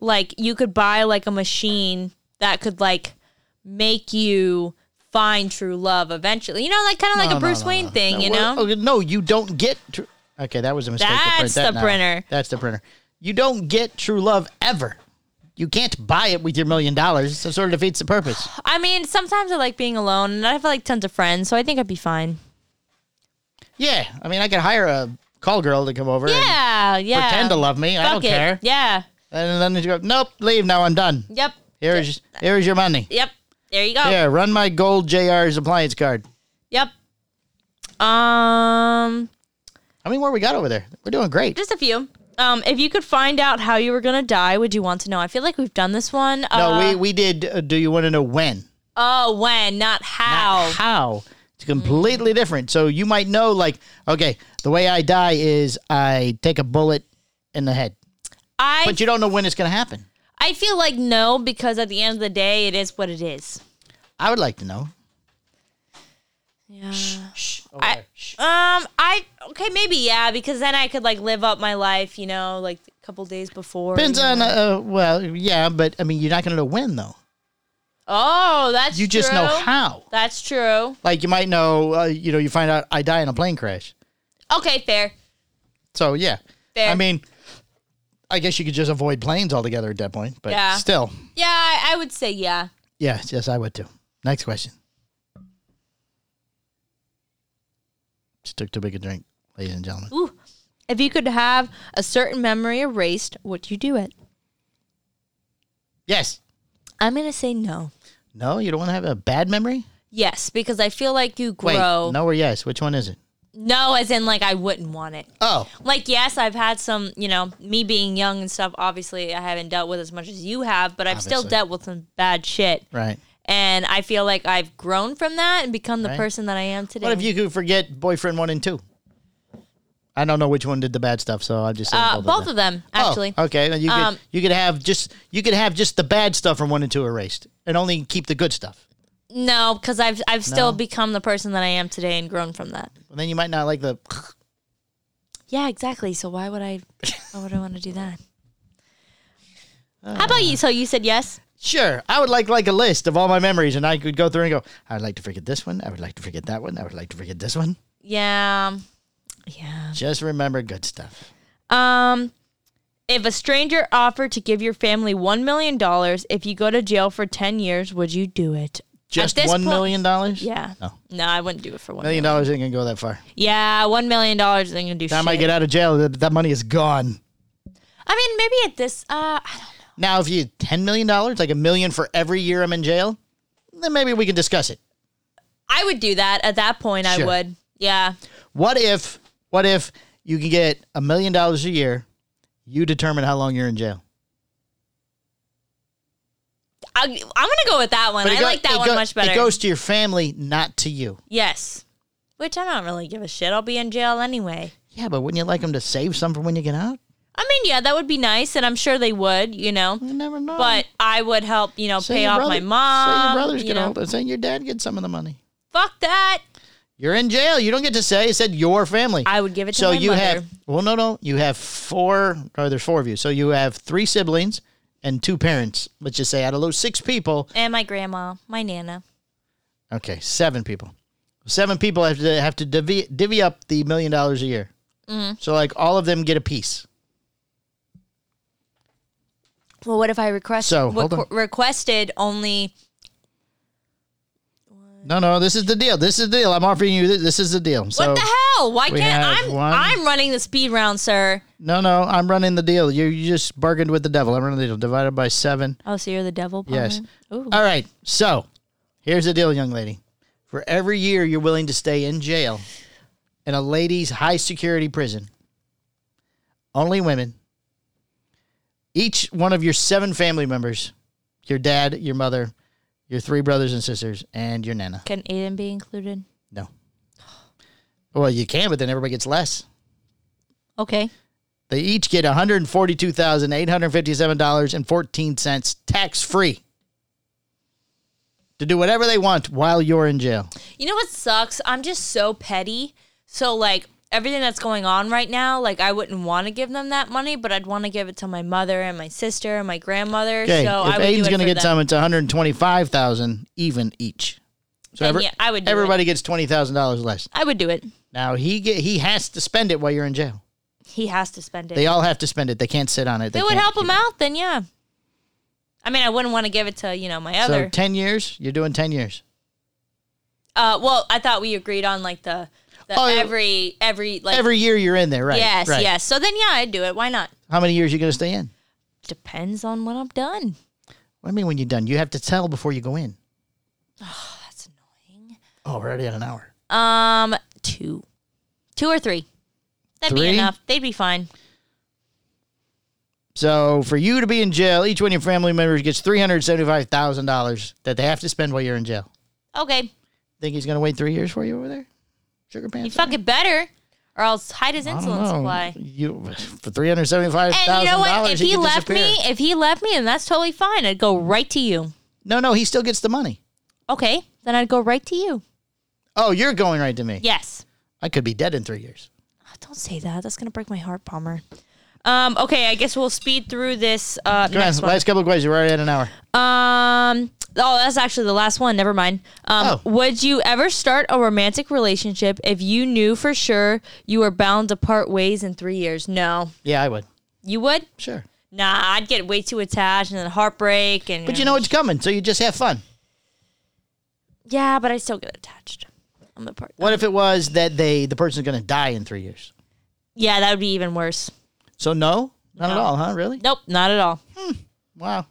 Speaker 2: like you could buy like a machine that could like make you find true love eventually. You know, like kind of like
Speaker 3: No, no,
Speaker 2: a Bruce
Speaker 3: no,
Speaker 2: Wayne
Speaker 3: no.
Speaker 2: thing.
Speaker 3: No,
Speaker 2: you
Speaker 3: well,
Speaker 2: know,
Speaker 3: oh, no, you don't get. Tr- okay, that was a mistake. to print
Speaker 2: That's
Speaker 3: that
Speaker 2: the
Speaker 3: now.
Speaker 2: printer.
Speaker 3: That's the printer. You don't get true love ever. You can't buy it with your million dollars. So it sort of defeats the purpose.
Speaker 2: I mean, sometimes I like being alone, and I have like tons of friends, so I think I'd be fine.
Speaker 3: Yeah, I mean, I could hire a call girl to come over and
Speaker 2: Yeah, yeah.
Speaker 3: pretend to love me. I
Speaker 2: Fuck
Speaker 3: don't
Speaker 2: it.
Speaker 3: care.
Speaker 2: Yeah.
Speaker 3: And then you go, nope, leave now. I'm done.
Speaker 2: Yep.
Speaker 3: Here's here's your money.
Speaker 2: Yep. There you go.
Speaker 3: Here, run my gold JR's appliance card.
Speaker 2: Yep. Um.
Speaker 3: How many more we got over there? We're doing great.
Speaker 2: Just a few. Um, if you could find out how you were gonna die, would you want to know? I feel like we've done this one.
Speaker 3: no,
Speaker 2: uh,
Speaker 3: we we did. Uh, do you want to know when?
Speaker 2: Oh, when, not how.
Speaker 3: Not how? It's completely different. So you might know, like, okay, the way I die is I take a bullet in the head,
Speaker 2: I
Speaker 3: but you don't know when it's going to happen.
Speaker 2: I feel like no because at the end of the day, it is what it is.
Speaker 3: I would like to know.
Speaker 2: Yeah.
Speaker 3: Shh. Over
Speaker 2: I-
Speaker 3: there. Shh.
Speaker 2: Um, I okay, maybe yeah, because then I could like live up my life, you know, like a couple days before.
Speaker 3: Depends
Speaker 2: you
Speaker 3: on.
Speaker 2: know.
Speaker 3: Uh, well, yeah, but I mean, you're not going to know when though.
Speaker 2: Oh, that's
Speaker 3: You just know
Speaker 2: true.
Speaker 3: how.
Speaker 2: That's true.
Speaker 3: Like you might know. Uh, you know, you find out I die in a plane crash.
Speaker 2: Okay, fair.
Speaker 3: So yeah,
Speaker 2: Fair.
Speaker 3: I mean, I guess you could just avoid planes altogether at that point. But
Speaker 2: Yeah.
Speaker 3: still,
Speaker 2: Yeah, I, I would say yeah.
Speaker 3: yes, yes, I would too. Next question. Just took too big a drink, ladies and gentlemen.
Speaker 2: Ooh. If you could have a certain memory erased, would you do it?
Speaker 3: Yes.
Speaker 2: I'm gonna say no.
Speaker 3: No, you don't want to have a bad memory.
Speaker 2: Yes, because I feel like you
Speaker 3: Wait,
Speaker 2: grow.
Speaker 3: no or yes? Which one is it?
Speaker 2: no, as in like I wouldn't want it.
Speaker 3: Oh,
Speaker 2: Like yes, I've had some, you know, me being young and stuff. Obviously, I haven't dealt with as much as you have, but I've still
Speaker 3: Obviously.
Speaker 2: dealt with some bad shit,
Speaker 3: right.
Speaker 2: and I feel like I've grown from that and become the
Speaker 3: Right.
Speaker 2: person that I am today.
Speaker 3: What if you could forget boyfriend one and two? I don't know which one did the bad stuff, so I'll just say
Speaker 2: Uh,
Speaker 3: both,
Speaker 2: both
Speaker 3: of
Speaker 2: of
Speaker 3: them.
Speaker 2: them,
Speaker 3: Oh,
Speaker 2: actually.
Speaker 3: okay, then you could
Speaker 2: Um,
Speaker 3: you could have just you could have just the bad stuff from one and two erased, and only keep the good stuff.
Speaker 2: No, because I've I've still
Speaker 3: No.
Speaker 2: become the person that I am today and grown from that.
Speaker 3: Well, then you might not like the.
Speaker 2: Yeah, exactly. So why would I? Why would I want to do that?
Speaker 3: Uh.
Speaker 2: How about you? So you said yes.
Speaker 3: Sure, I would like like a list of all my memories, and I could go through and go. I would like to forget this one. I would like to forget that one. I would like to forget this one.
Speaker 2: Yeah. Yeah.
Speaker 3: Just remember good stuff.
Speaker 2: Um, if a stranger offered to give your family one million dollars if you go to jail for ten years, would you do it?
Speaker 3: Just
Speaker 2: this
Speaker 3: one
Speaker 2: point-
Speaker 3: million dollars.
Speaker 2: Yeah.
Speaker 3: No.
Speaker 2: No, I wouldn't do it for one
Speaker 3: million
Speaker 2: million.
Speaker 3: dollars ain't gonna go that far.
Speaker 2: Yeah, one million dollars isn't gonna do
Speaker 3: Time I
Speaker 2: shit.
Speaker 3: get out of jail, that, that money is gone.
Speaker 2: I mean, maybe at this. Uh, I don't
Speaker 3: Now, if you ten million dollars, like a million for every year I'm in jail, then maybe we can discuss it.
Speaker 2: I would do that at that point. I
Speaker 3: Sure.
Speaker 2: would. Yeah.
Speaker 3: What if, what if you can get a million dollars a year? You determine how long you're in jail.
Speaker 2: I, I'm gonna go with that one.
Speaker 3: But
Speaker 2: I
Speaker 3: it go-
Speaker 2: like that
Speaker 3: it
Speaker 2: one
Speaker 3: go-
Speaker 2: much better.
Speaker 3: It goes to your family, not to you.
Speaker 2: yes. Which I don't really give a shit. I'll be in jail anyway.
Speaker 3: Yeah, but wouldn't you like them to save some for when you get out?
Speaker 2: I mean, yeah, that would be nice, and I'm sure they would, you know.
Speaker 3: You never know.
Speaker 2: But I would help, you know,
Speaker 3: Say
Speaker 2: pay
Speaker 3: your
Speaker 2: off
Speaker 3: brother-
Speaker 2: my mom.
Speaker 3: Say your brothers
Speaker 2: you
Speaker 3: get
Speaker 2: know.
Speaker 3: older. Say your dad gets some of the money.
Speaker 2: Fuck that.
Speaker 3: You're in jail. You don't get to say. It said your family.
Speaker 2: I would give it to
Speaker 3: so
Speaker 2: my
Speaker 3: you
Speaker 2: mother.
Speaker 3: have. Well, no, no. You have four. Or there's four of you. So you have three siblings and two parents. Let's just say out of those six people.
Speaker 2: and my grandma, my nana.
Speaker 3: Okay, seven people. Seven people have to have to divvy divvy up the million dollars a year.
Speaker 2: Mm-hmm.
Speaker 3: So like all of them get a piece.
Speaker 2: Well, what if I request
Speaker 3: So,
Speaker 2: requ-
Speaker 3: hold on.
Speaker 2: requested only
Speaker 3: No, no, this is the deal. This is the deal. I'm offering you. This, this is the deal. So
Speaker 2: what the hell? Why
Speaker 3: we
Speaker 2: can't
Speaker 3: have
Speaker 2: I'm
Speaker 3: one.
Speaker 2: I'm running the speed round, sir.
Speaker 3: no, no, I'm running the deal. You, you just bargained with the devil. I'm running the deal. Divided by seven.
Speaker 2: Oh, so you're the devil? Palmer?
Speaker 3: Yes.
Speaker 2: Ooh.
Speaker 3: All right. So here's the deal, young lady. For every year you're willing to stay in jail in a ladies' high security prison, only women, each one of your seven family members, your dad, your mother, your three brothers and sisters, and your nana.
Speaker 2: Can Aiden be included?
Speaker 3: No. Well, you can, but then everybody gets less.
Speaker 2: Okay.
Speaker 3: They each get $142,857.14 tax free to do whatever they want while you're in jail.
Speaker 2: You know what sucks? I'm just so petty. So like everything that's going on right now, like I wouldn't want to give them that money, but I'd want to give it to my mother and my sister and my grandmother.
Speaker 3: Okay,
Speaker 2: so
Speaker 3: if
Speaker 2: I would do
Speaker 3: Aiden's
Speaker 2: it
Speaker 3: going to get
Speaker 2: for them.
Speaker 3: some, it's 125000 even each. So
Speaker 2: Then yeah, I would do
Speaker 3: everybody gets $20,000 less.
Speaker 2: I would do it.
Speaker 3: Now, he get, he has to spend it while you're in jail.
Speaker 2: He has to spend it.
Speaker 3: They all have to spend it. They can't sit on it.
Speaker 2: it would
Speaker 3: can't
Speaker 2: help
Speaker 3: keep
Speaker 2: him out, then yeah. I mean, I wouldn't want to give it to you know my
Speaker 3: it.
Speaker 2: other.
Speaker 3: So 10 years, you're doing 10 years.
Speaker 2: uh, well, I thought we agreed on like the, the
Speaker 3: Oh, yeah.
Speaker 2: every every like
Speaker 3: Every year you're in there, right?
Speaker 2: yes
Speaker 3: right.
Speaker 2: yes. So then yeah, I'd do it. Why not?
Speaker 3: How many years you going to stay in?
Speaker 2: Depends on when I'm done.
Speaker 3: What do I mean when you're done? You have to tell before you go in.
Speaker 2: Ah, That's annoying.
Speaker 3: Oh, we're already at an hour.
Speaker 2: Um, two, two or three. That'd
Speaker 3: Three?
Speaker 2: be enough. They'd be fine.
Speaker 3: So for you to be in jail, each one of your family members gets three hundred seventy-five thousand dollars that they have to spend while you're in jail.
Speaker 2: Okay,
Speaker 3: Think he's gonna wait three years for you over there, sugar
Speaker 2: you
Speaker 3: pants?
Speaker 2: fuck it better, or else hide his
Speaker 3: I don't
Speaker 2: insulin
Speaker 3: know.
Speaker 2: supply.
Speaker 3: You for three hundred seventy-five
Speaker 2: And
Speaker 3: thousand
Speaker 2: you know what?
Speaker 3: dollars.
Speaker 2: If he,
Speaker 3: could
Speaker 2: left
Speaker 3: disappear.
Speaker 2: me, if he left me, then that's totally fine. I'd go right to you.
Speaker 3: no, no, he still gets the money.
Speaker 2: Okay, then I'd go right to you.
Speaker 3: Oh, you're going right to me.
Speaker 2: Yes.
Speaker 3: I could be dead in three years.
Speaker 2: Oh, don't say that. That's gonna break my heart, Palmer. Um. Okay. I guess we'll speed through this. Uh,
Speaker 3: Come on,
Speaker 2: next one.
Speaker 3: last couple of questions. We're already at an hour.
Speaker 2: Um. Oh, that's actually the last one. Never mind. Um.
Speaker 3: Oh.
Speaker 2: Would you ever start a romantic relationship if you knew for sure you were bound to part ways in three years? No.
Speaker 3: Yeah, I would.
Speaker 2: You would?
Speaker 3: Sure.
Speaker 2: Nah. I'd get way too attached and then heartbreak and.
Speaker 3: But you know it's coming, so you just have fun.
Speaker 2: Yeah, but I still get attached. I'm the part.
Speaker 3: What if it was that they the person's gonna die in three years?
Speaker 2: Yeah, that would be even worse.
Speaker 3: So no, not at
Speaker 2: No.
Speaker 3: all, huh? Really?
Speaker 2: Nope. Not at all.
Speaker 3: Wow.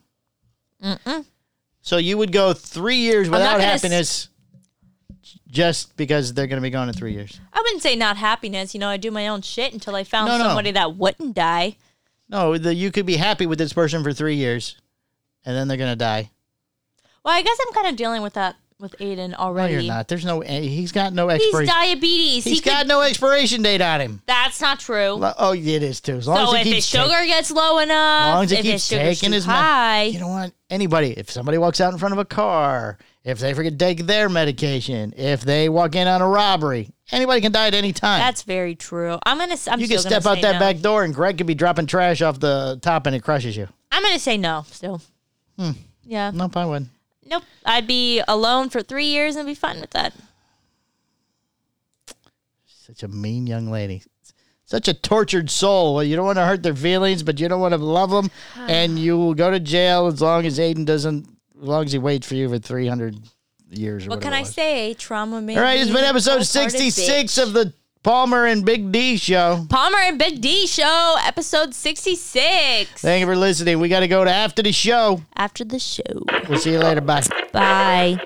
Speaker 3: Mm-mm. So you would go three years
Speaker 2: not
Speaker 3: without
Speaker 2: gonna s-
Speaker 3: happiness just because they're going to be gone in three years.
Speaker 2: I wouldn't say not happiness. You know, I do my own shit until I found
Speaker 3: No, no.
Speaker 2: somebody that wouldn't die.
Speaker 3: No, the, you could be happy with this person for three years and then they're going to die.
Speaker 2: Well, I guess I'm kind of dealing with that with Aiden
Speaker 3: No,
Speaker 2: already.
Speaker 3: you're not. There's no, eh, he's got no
Speaker 2: He's
Speaker 3: expiration.
Speaker 2: diabetes. he
Speaker 3: he's
Speaker 2: could-
Speaker 3: got no expiration date on him.
Speaker 2: That's not true.
Speaker 3: Lo- Oh, it is too. As long
Speaker 2: So
Speaker 3: as
Speaker 2: if
Speaker 3: he
Speaker 2: his
Speaker 3: keeps ta-
Speaker 2: sugar gets low enough,
Speaker 3: as long as he
Speaker 2: if
Speaker 3: keeps
Speaker 2: his sugar's
Speaker 3: taking
Speaker 2: too
Speaker 3: his med-
Speaker 2: high,
Speaker 3: you don't want anybody. If somebody walks out in front of a car, if they forget to take their medication, if they walk in on a robbery, anybody can die at any time.
Speaker 2: that's very true. I'm gonna. s- I'm
Speaker 3: You
Speaker 2: still
Speaker 3: could step
Speaker 2: gonna
Speaker 3: out
Speaker 2: say
Speaker 3: that
Speaker 2: no.
Speaker 3: back door and Greg could be dropping trash off the top and it crushes you.
Speaker 2: I'm gonna say no. Still.
Speaker 3: Hmm.
Speaker 2: Yeah.
Speaker 3: Nope, I wouldn't.
Speaker 2: Nope. I'd be alone for three years and be fine with that.
Speaker 3: Such a mean young lady. Such a tortured soul. Well, you don't want to hurt their feelings, but you don't want to love
Speaker 2: <sighs>
Speaker 3: them. and you will go to jail as long as Aiden doesn't, as long as he waits for you for 300 years or
Speaker 2: What can
Speaker 3: it
Speaker 2: I
Speaker 3: was.
Speaker 2: say? Trauma made.
Speaker 3: All right, it's
Speaker 2: me
Speaker 3: been
Speaker 2: a
Speaker 3: episode
Speaker 2: cold-hearted
Speaker 3: 66
Speaker 2: bitch.
Speaker 3: of the Palmer and Big D show.
Speaker 2: Palmer and Big D show, episode 66.
Speaker 3: Thank you for listening. We got to go to after the show.
Speaker 2: After the show.
Speaker 3: We'll see you later. Bye.
Speaker 2: Bye.